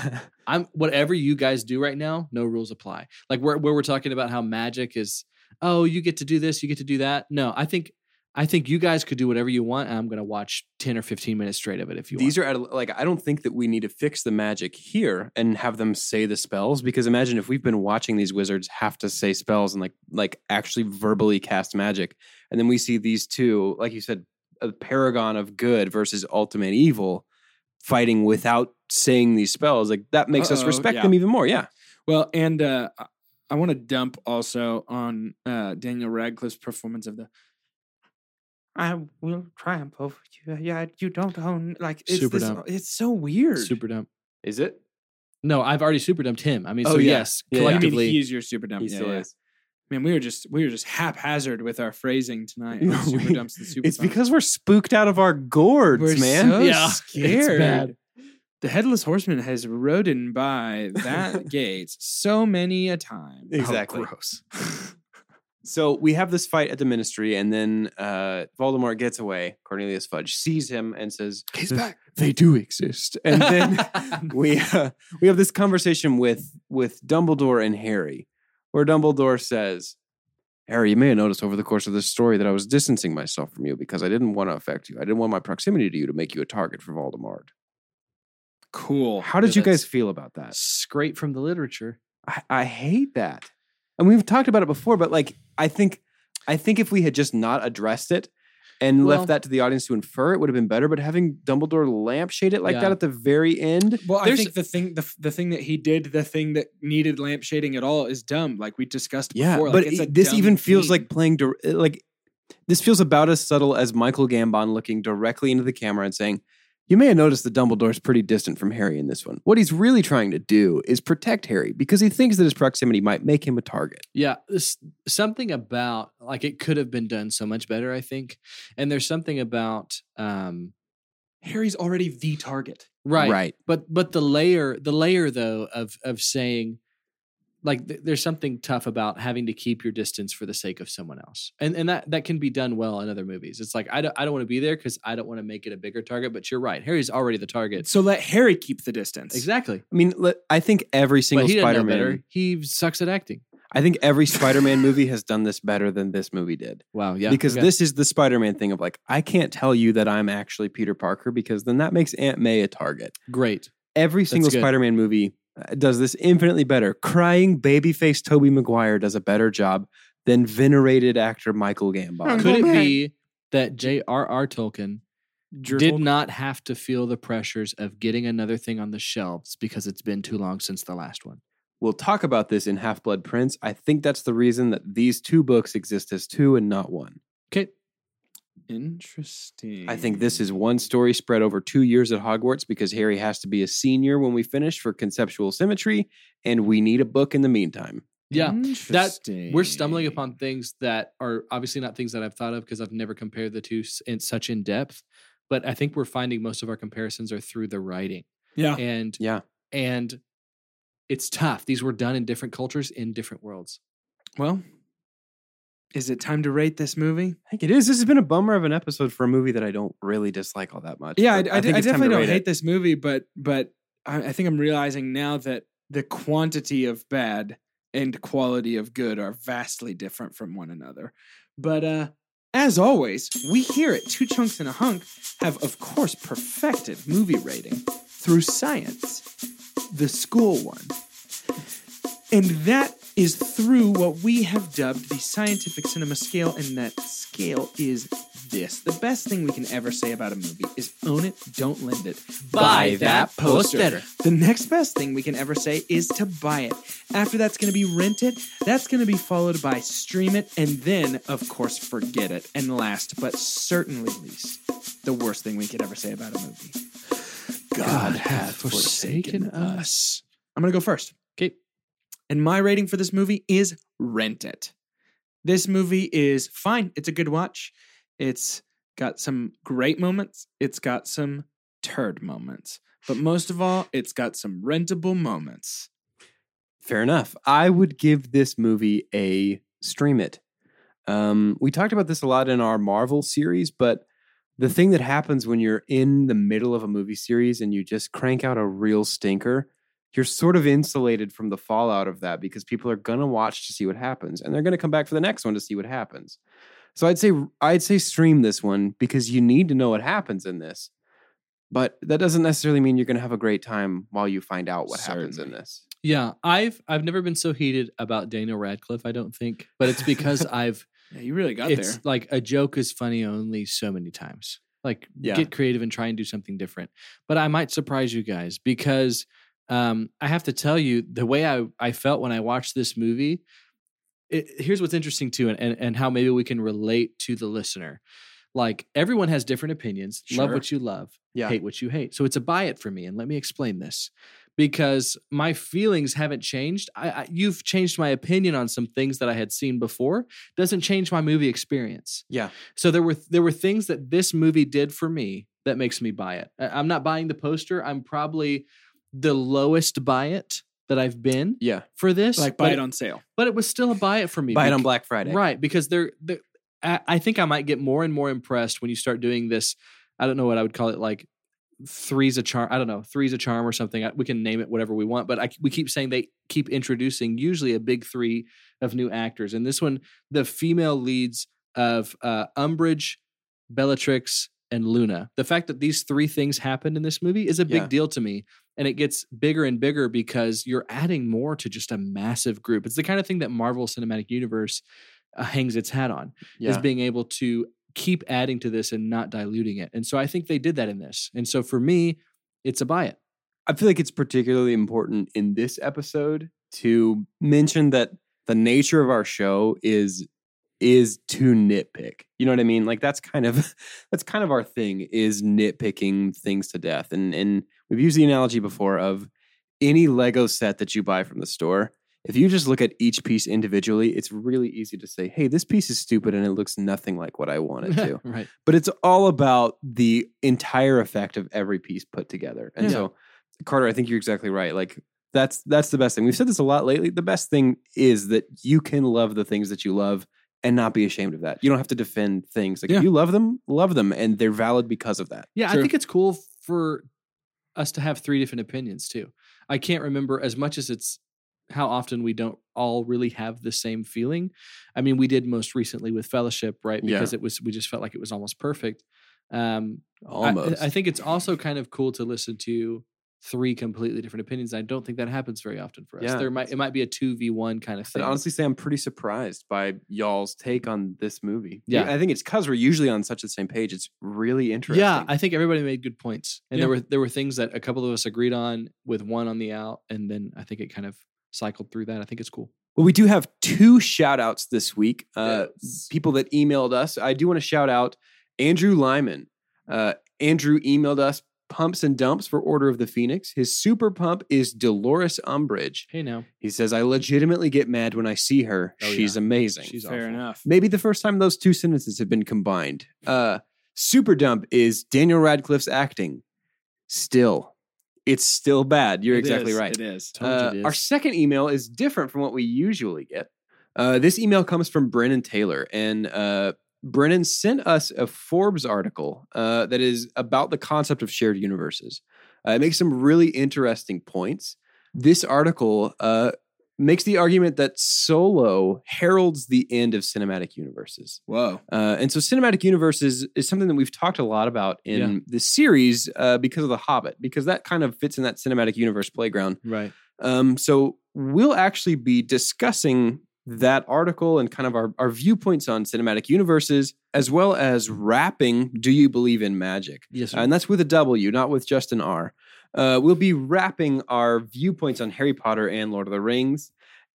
Speaker 3: i'm whatever you guys do right now no rules apply like where, where we're talking about how magic is oh you get to do this you get to do that no i think i think you guys could do whatever you want and i'm gonna watch 10 or 15 minutes straight of it if you
Speaker 1: these
Speaker 3: want
Speaker 1: are at a, like I don't think that we need to fix the magic here and have them say the spells because imagine if we've been watching these wizards have to say spells and like like actually verbally cast magic and then we see these two like you said a paragon of good versus ultimate evil fighting without saying these spells like that makes us
Speaker 2: Uh-oh,
Speaker 1: respect
Speaker 2: yeah.
Speaker 1: them even more. Yeah,
Speaker 2: Well, and uh, I- I want to dump also on uh, Daniel Radcliffe's performance of the. I will triumph over you. Uh, Yeah, you don't own like it's
Speaker 3: Super
Speaker 2: this-
Speaker 3: dumb.
Speaker 2: It's so weird.
Speaker 3: super dumb
Speaker 1: is it?
Speaker 3: no i've already super dumped him i mean
Speaker 1: Oh,
Speaker 3: so
Speaker 1: yeah. Yeah, yeah. You
Speaker 3: yes
Speaker 1: mean
Speaker 2: I mean,
Speaker 3: collectively
Speaker 2: he is your super dumb.
Speaker 1: He
Speaker 2: yeah,
Speaker 1: still
Speaker 2: yeah.
Speaker 1: is.
Speaker 2: Man, we were just we were just haphazard with our phrasing tonight.
Speaker 1: You
Speaker 2: on
Speaker 1: know,
Speaker 2: super
Speaker 1: we-
Speaker 2: dumps and super
Speaker 1: It's
Speaker 2: bumps.
Speaker 1: because we're spooked out of our gourds,
Speaker 2: we're
Speaker 1: man.
Speaker 2: so [LAUGHS]
Speaker 3: Yeah, it's
Speaker 2: scared.
Speaker 3: bad.
Speaker 2: The headless horseman has ridden by
Speaker 1: [LAUGHS]
Speaker 2: that gate so many a time.
Speaker 1: Exactly.
Speaker 2: [LAUGHS]
Speaker 1: So we have this fight at the ministry, and then uh, Voldemort gets away. Cornelius Fudge sees him and says,
Speaker 3: he's back
Speaker 1: "They do exist." And
Speaker 2: [LAUGHS]
Speaker 1: then we uh, we have this conversation with with Dumbledore and Harry, where Dumbledore says, Harry, you may have noticed over the course of this story that I was distancing myself from you because I didn't want to affect you. I didn't want my proximity to you to make you a target for Voldemort.
Speaker 2: Cool.
Speaker 1: How did
Speaker 3: Yeah,
Speaker 1: you guys
Speaker 3: that's-
Speaker 1: feel about that?
Speaker 3: uh, Scrape from the literature.
Speaker 1: I, I hate that. And we've talked about it before, but like I think I think if we had just not addressed it and
Speaker 3: Well-
Speaker 1: left that to the audience to infer, it would have been better. But having Dumbledore lampshade it like
Speaker 3: Yeah.
Speaker 1: that at the very end,
Speaker 2: Well, I
Speaker 3: There's-
Speaker 2: think the thing the, the thing that he did, the thing that needed lamp shading at all, is dumb. Like we discussed
Speaker 1: yeah.
Speaker 2: before.
Speaker 1: but
Speaker 2: like, it's a
Speaker 1: it- this
Speaker 2: dumb
Speaker 1: even feels
Speaker 2: theme.
Speaker 1: like playing dir- like this feels about as subtle as Michael Gambon looking directly into the camera and saying. You may have noticed that Dumbledore's pretty distant from Harry in this one. What he's really trying to do is protect Harry because he thinks that his proximity might make him a target.
Speaker 3: Yeah, this, something about like it could have been done so much better, I think. And there's something about um
Speaker 2: Harry's already the target.
Speaker 3: right,
Speaker 1: Right.
Speaker 3: but but the layer the layer though of of saying like th- there's something tough about having to keep your distance for the sake of someone else and and that that can be done well in other movies it's like i don't, I don't want to be there because i don't want to make it a bigger target but you're right harry's already the target
Speaker 2: So let Harry keep the distance.
Speaker 3: exactly
Speaker 1: I mean, let- I think every
Speaker 3: but
Speaker 1: single
Speaker 3: he didn't know
Speaker 1: Spider-Man
Speaker 3: better he sucks at acting
Speaker 1: I think every Spider-Man movie has done this better than this movie did.
Speaker 3: wow yeah
Speaker 1: because
Speaker 3: okay.
Speaker 1: this is the Spider-Man thing of like, I can't tell you that I'm actually Peter Parker because then that makes Aunt May a target.
Speaker 3: great
Speaker 1: Every single
Speaker 3: good.
Speaker 1: Spider-Man movie uh, does this infinitely better. Crying baby-faced Tobey Maguire does a better job than venerated actor Michael
Speaker 2: Oh,
Speaker 1: Gambon.
Speaker 5: Uncle
Speaker 3: could it
Speaker 5: Ben.
Speaker 3: be that j.r.r tolkien did not have to feel the pressures of getting another thing on the shelves because it's been too long since the last one
Speaker 1: We'll talk about this in Half-Blood Prince. I think that's the reason that these two books exist as two and not one.
Speaker 3: okay
Speaker 2: Interesting.
Speaker 1: I think this is one story spread over two years at Hogwarts because Harry has to be a senior when we finish for conceptual symmetry, and we need a book in the meantime.
Speaker 3: yeah
Speaker 2: Mm-hmm. Interesting.
Speaker 3: we're stumbling upon things that are obviously not things that I've thought of because I've never compared the two s- in such in depth. But I think we're finding most of our comparisons are through the writing,
Speaker 2: Yeah.
Speaker 3: and
Speaker 1: Yeah.
Speaker 3: and it's tough. These were done in different cultures in different worlds.
Speaker 2: Well, is it time to rate this movie?
Speaker 1: I think it is. This has been a bummer of an episode for a movie that I don't really dislike all that much.
Speaker 2: Yeah, I,
Speaker 1: but
Speaker 2: I d-
Speaker 1: think
Speaker 2: I
Speaker 1: it's time to
Speaker 2: definitely don't
Speaker 1: rate
Speaker 2: hate
Speaker 1: it.
Speaker 2: this movie, but but I, I think I'm realizing now that the quantity of bad and quality of good are vastly different from one another. But uh, as always, we here at Two Chunks and a Hunk have, of course, perfected movie rating through science, the school one. And that is through what we have dubbed the scientific cinema scale, and that scale is this. The best thing we can ever say about a movie is own it, don't lend it.
Speaker 3: Buy that poster.
Speaker 2: The next best thing we can ever say is to buy it. After that's going to be rent it, that's going to be followed by stream it, and then, of course, forget it. And last but certainly least, the worst thing we could ever say about a movie. God hath forsaken us. I'm going to go first.
Speaker 3: Okay,
Speaker 2: And my rating for this movie is Rent It. This movie is fine. It's a good watch. It's got some great moments, it's got some turd moments. But most of all, it's got some rentable moments.
Speaker 1: Fair enough. I would give this movie a stream it. Um, we talked about this a lot in our Marvel series, but the thing that happens when you're in the middle of a movie series and you just crank out a real stinker, you're sort of insulated from the fallout of that because people are gonna watch to see what happens, and they're gonna come back for the next one to see what happens. So I'd say I'd say stream this one because you need to know what happens in this, but that doesn't necessarily mean you're gonna have a great time while you find out what happens in
Speaker 2: Certainly.
Speaker 1: this.
Speaker 3: yeah, I've I've never been so heated about Daniel Radcliffe. I don't think, but it's because I've
Speaker 2: Yeah, you really got
Speaker 3: it's
Speaker 2: there.
Speaker 3: like a joke is funny only so many times. Like
Speaker 1: Yeah.
Speaker 3: get creative and try and do something different. But I might surprise you guys because um, I have to tell you the way I, I felt when I watched this movie. It, here's what's interesting too, and, and and how maybe we can relate to the listener. Like everyone has different opinions. Love
Speaker 1: Sure.
Speaker 3: what you love
Speaker 1: Yeah.
Speaker 3: hate what you hate. So it's a buy it for me. And let me explain this because my feelings haven't changed. I, I, you've changed my opinion on some things that I had seen before. Doesn't change my movie experience.
Speaker 1: Yeah.
Speaker 3: So there were there were things that this movie did for me that makes me buy it. I- I'm not buying the poster. I'm probably the lowest buy it that I've been
Speaker 1: Yeah.
Speaker 3: for this.
Speaker 2: Like
Speaker 3: but
Speaker 2: buy it on sale.
Speaker 3: but it was still a buy it for me.
Speaker 1: Buy it
Speaker 3: bec-
Speaker 1: on Black Friday.
Speaker 3: Right, because they're, they're I I think I might get more and more impressed when you start doing this. I don't know what I would call it, like three's a charm. I don't know, three's a charm or something. I- We can name it whatever we want, but I, we keep saying they keep introducing usually a big three of new actors. And this one, the female leads of uh, Umbridge, Bellatrix, and Luna. The fact that these three things happened in this movie is a big
Speaker 1: Yeah.
Speaker 3: deal to me. And it gets bigger and bigger because you're adding more to just a massive group. It's the kind of thing that Marvel Cinematic Universe uh, hangs its hat on is being able to keep adding to this and not diluting it. And so I think they did that in this. And so for me, it's a buy it.
Speaker 1: I feel like it's particularly important in this episode to mention that the nature of our show is is to nitpick. You know what I mean? Like that's kind of [LAUGHS] that's kind of our thing is nitpicking things to death. And and we've used the analogy before of any Lego set that you buy from the store. If you just look at each piece individually, it's really easy to say, "Hey, this piece is stupid and it looks nothing like what I want [LAUGHS] it to."
Speaker 3: [LAUGHS] right.
Speaker 1: but it's all about the entire effect of every piece put together. And
Speaker 3: Yeah.
Speaker 1: so, Carter, I think you're exactly right. Like that's that's the best thing. We've said this a lot lately. The best thing is that you can love the things that you love and not be ashamed of that. You don't have to defend things. Like
Speaker 3: Yeah.
Speaker 1: if you love them, love them, and they're valid because of that.
Speaker 3: Yeah,
Speaker 2: Sure.
Speaker 3: I think it's cool for us to have three different opinions too. I can't remember as much as it's how often we don't all really have the same feeling. I mean, we did most recently with Fellowship, right?
Speaker 1: Yeah.
Speaker 3: Because it was we just felt like it was almost perfect. Um, I-
Speaker 1: Almost.
Speaker 3: I, think it's also kind of cool to listen to three completely different opinions. I don't think that happens very often for us.
Speaker 1: Yeah.
Speaker 3: There might it might be a two v one kind of
Speaker 1: I'd
Speaker 3: thing.
Speaker 1: honestly say I'm pretty surprised by y'all's take on this movie.
Speaker 3: Yeah.
Speaker 1: I think it's because we're usually on such the same page. It's really interesting.
Speaker 3: Yeah, I think everybody made good points, and there
Speaker 2: Yeah.
Speaker 3: were there were things that a couple of us agreed on with one on the out, and then I think it kind of cycled through that. I think it's cool.
Speaker 1: Well, we do have two shout outs this week. Uh,
Speaker 2: Yes.
Speaker 1: People that emailed us. I do want to shout out Andrew Lyman. Uh, Andrew emailed us pumps and dumps for Order of the Phoenix. His super pump is Dolores Umbridge.
Speaker 3: Hey, now
Speaker 1: He says, I legitimately get mad when I see her.
Speaker 3: Oh,
Speaker 1: She's
Speaker 3: yeah.
Speaker 1: amazing.
Speaker 3: she's
Speaker 2: Fair
Speaker 3: awful.
Speaker 2: enough.
Speaker 1: Maybe the first time those two sentences have been combined. Uh, super dump is Daniel Radcliffe's acting. Still, it's still bad. You're
Speaker 2: It
Speaker 1: exactly
Speaker 2: is,
Speaker 1: right.
Speaker 2: It is.
Speaker 3: Told you
Speaker 1: Uh,
Speaker 3: it
Speaker 1: our
Speaker 3: is.
Speaker 1: second email is different from what we usually get. Uh, this email comes from Brennan Taylor, and uh, Brennan sent us a Forbes article uh, that is about the concept of shared universes. Uh, it makes some really interesting points. This article uh, makes the argument that Solo heralds the end of cinematic universes.
Speaker 2: Whoa.
Speaker 1: Uh, and so cinematic universes is something that we've talked a lot about in this series uh, because of The Hobbit, because that kind of fits in that cinematic universe playground.
Speaker 3: Right.
Speaker 1: Um, so we'll actually be discussing that article and kind of our, our viewpoints on cinematic universes, as well as wrapping Do You Believe in Magic?
Speaker 3: Yes. sir.
Speaker 1: Uh, And that's with a W, not with just an R. Uh, we'll be wrapping our viewpoints on Harry Potter and Lord of the Rings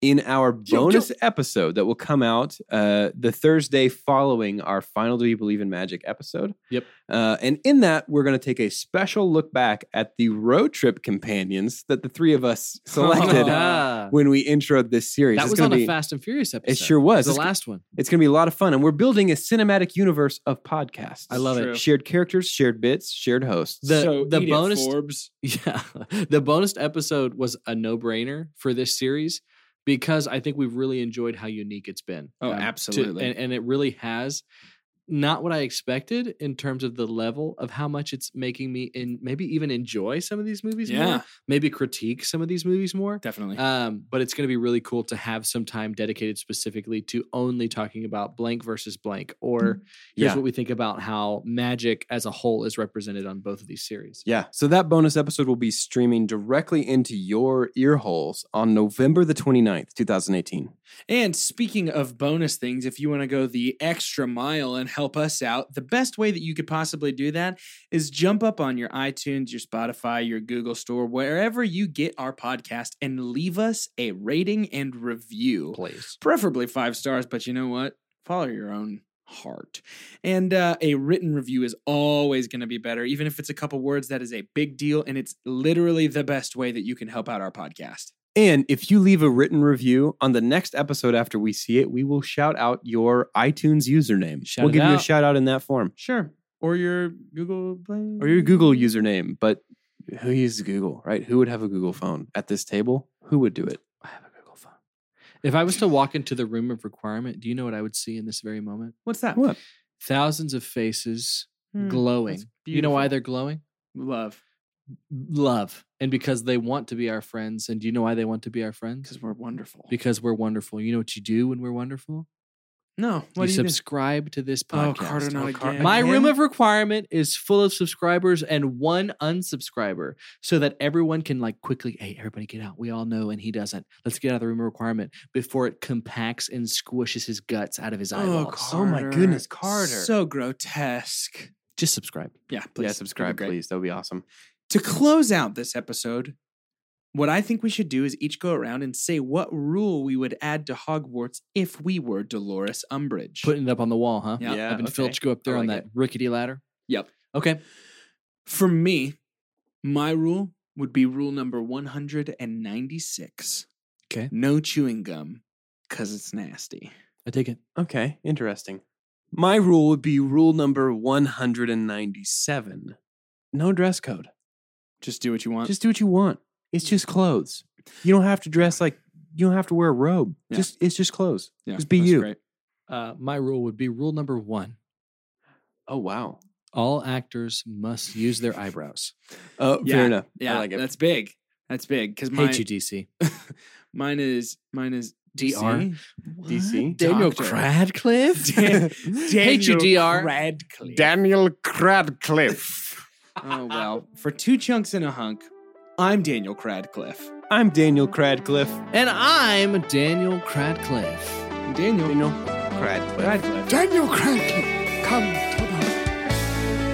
Speaker 1: in our bonus episode that will come out uh, the Thursday following our final Do You Believe in Magic episode.
Speaker 3: Yep.
Speaker 1: Uh, and in that, we're going to take a special look back at the road trip companions that the three of
Speaker 3: [LAUGHS]
Speaker 1: us selected
Speaker 3: Ah.
Speaker 1: when we introed this series.
Speaker 3: that
Speaker 1: It's
Speaker 3: was
Speaker 1: gonna
Speaker 3: on
Speaker 1: be-
Speaker 3: a Fast and Furious episode.
Speaker 1: sure was.
Speaker 3: the
Speaker 1: It's-
Speaker 3: last one.
Speaker 1: it's going to be a lot of fun. And we're building a cinematic universe of podcasts.
Speaker 3: I love it.
Speaker 2: True.
Speaker 1: Shared characters, shared bits, shared hosts.
Speaker 3: The-
Speaker 2: so
Speaker 3: the
Speaker 2: eat it,
Speaker 3: bonus-
Speaker 2: Forbes.
Speaker 3: [LAUGHS] Yeah. The bonus episode was a no brainer for this series because I think we've really enjoyed how unique it's been. um,
Speaker 2: Oh,
Speaker 3: to-
Speaker 2: absolutely.
Speaker 3: and, and it really has not what I expected in terms of the level of how much it's making me in maybe even enjoy some of these movies
Speaker 2: Yeah.
Speaker 3: more, maybe critique some of these movies more.
Speaker 2: Definitely.
Speaker 3: Um, but it's going to be really cool to have some time dedicated specifically to only talking about blank versus blank,
Speaker 2: Mm-hmm.
Speaker 3: or here's
Speaker 1: Yeah.
Speaker 3: what we think about how magic as a whole is represented on both of these series.
Speaker 1: Yeah. So that bonus episode will be streaming directly into your ear holes on November the 29th, 2018.
Speaker 2: And speaking of bonus things, if you want to go the extra mile and help us out, the best way that you could possibly do that is jump up on your iTunes, your Spotify, your Google Store, wherever you get our podcast, and leave us a rating and review.
Speaker 3: Place.
Speaker 2: Preferably five stars, but you know what? Follow your own heart. And uh, a written review is always going to be better, even if it's a couple words. That is a big deal, and it's literally the best way that you can help out our podcast.
Speaker 1: And if you leave a written review on the next episode after we see it, we will shout out your iTunes username.
Speaker 3: Shout
Speaker 1: we'll
Speaker 3: it
Speaker 1: give you a
Speaker 3: out.
Speaker 1: shout out in that form
Speaker 2: Sure. Or your Google Play.
Speaker 1: or your Google username. But who uses Google, right? Who would have a Google phone at this table? Who would do it?
Speaker 3: I have a Google phone. If I was to walk into the room of requirement, do you know what I would see in this very moment?
Speaker 2: What's that?
Speaker 1: What?
Speaker 3: Thousands of faces
Speaker 2: Hmm,
Speaker 3: glowing.
Speaker 2: that's
Speaker 3: You know why
Speaker 2: beautiful.
Speaker 3: they're glowing?
Speaker 2: Love.
Speaker 3: love and because they want to be our friends. And do you know why they want to be our friends?
Speaker 2: Because we're wonderful.
Speaker 3: Because we're wonderful. You know what you do when we're wonderful?
Speaker 2: no. What
Speaker 3: you
Speaker 2: do you do?
Speaker 3: subscribe to this
Speaker 2: Oh,
Speaker 3: podcast.
Speaker 2: Carter, not
Speaker 1: Oh, Car-
Speaker 2: again.
Speaker 3: My
Speaker 2: Again?
Speaker 3: room of requirement is full of subscribers and one unsubscriber so that everyone can like quickly, hey, everybody get out. We all know and he doesn't. Let's get out of the room of requirement before it compacts and squishes his guts out of his
Speaker 2: Oh,
Speaker 3: eyeballs.
Speaker 2: Carter.
Speaker 1: Oh my goodness, Carter.
Speaker 2: So grotesque.
Speaker 3: Just subscribe.
Speaker 2: Yeah,
Speaker 1: yeah,
Speaker 2: please. that'd be
Speaker 1: subscribe,
Speaker 2: great.
Speaker 1: please. That would be awesome.
Speaker 2: To close out this episode, what I think we should do is each go around and say what rule we would add to Hogwarts if we were Dolores Umbridge.
Speaker 3: Putting it up on the wall, huh?
Speaker 2: Yeah,
Speaker 1: Yeah,
Speaker 3: Having
Speaker 1: okay.
Speaker 3: Filch go up there
Speaker 1: I
Speaker 3: on
Speaker 1: like
Speaker 3: that rickety ladder.
Speaker 2: Yep.
Speaker 3: Okay.
Speaker 2: For me, my rule would be rule number 196.
Speaker 3: Okay.
Speaker 2: No chewing gum because it's nasty.
Speaker 3: I take it.
Speaker 1: Okay, interesting. My rule would be rule number 197 no dress code.
Speaker 2: Just do what Mm-hmm. you want.
Speaker 1: Just do what you want. It's just clothes. You don't have to dress like, you don't have to wear a robe.
Speaker 2: Yeah.
Speaker 1: Just, it's just clothes.
Speaker 2: Yeah,
Speaker 1: just be
Speaker 2: that's
Speaker 1: you.
Speaker 2: great.
Speaker 3: Uh, my rule would be rule number one
Speaker 1: Oh, wow.
Speaker 3: all actors must use their eyebrows.
Speaker 1: Oh,
Speaker 2: Yeah,
Speaker 1: fair enough.
Speaker 2: Yeah,
Speaker 1: I like it.
Speaker 2: that's big. That's big because mine,
Speaker 3: Hate you, DC.
Speaker 2: [LAUGHS] mine is mine is
Speaker 3: DR.
Speaker 2: DC.
Speaker 1: DC?
Speaker 3: What? Daniel
Speaker 2: Doctor.
Speaker 3: Radcliffe?
Speaker 2: [LAUGHS] Dan-
Speaker 3: [LAUGHS] Hate you, DR.
Speaker 2: Radcliffe.
Speaker 1: Daniel Cradcliffe.
Speaker 2: oh well, for two chunks and a hunk, I'm Daniel Cradcliffe.
Speaker 1: I'm Daniel Cradcliffe.
Speaker 3: And I'm Daniel Cradcliffe.
Speaker 2: Daniel
Speaker 1: Daniel Cradcliffe.
Speaker 2: Radcliffe.
Speaker 1: Daniel Cradcliffe, come to the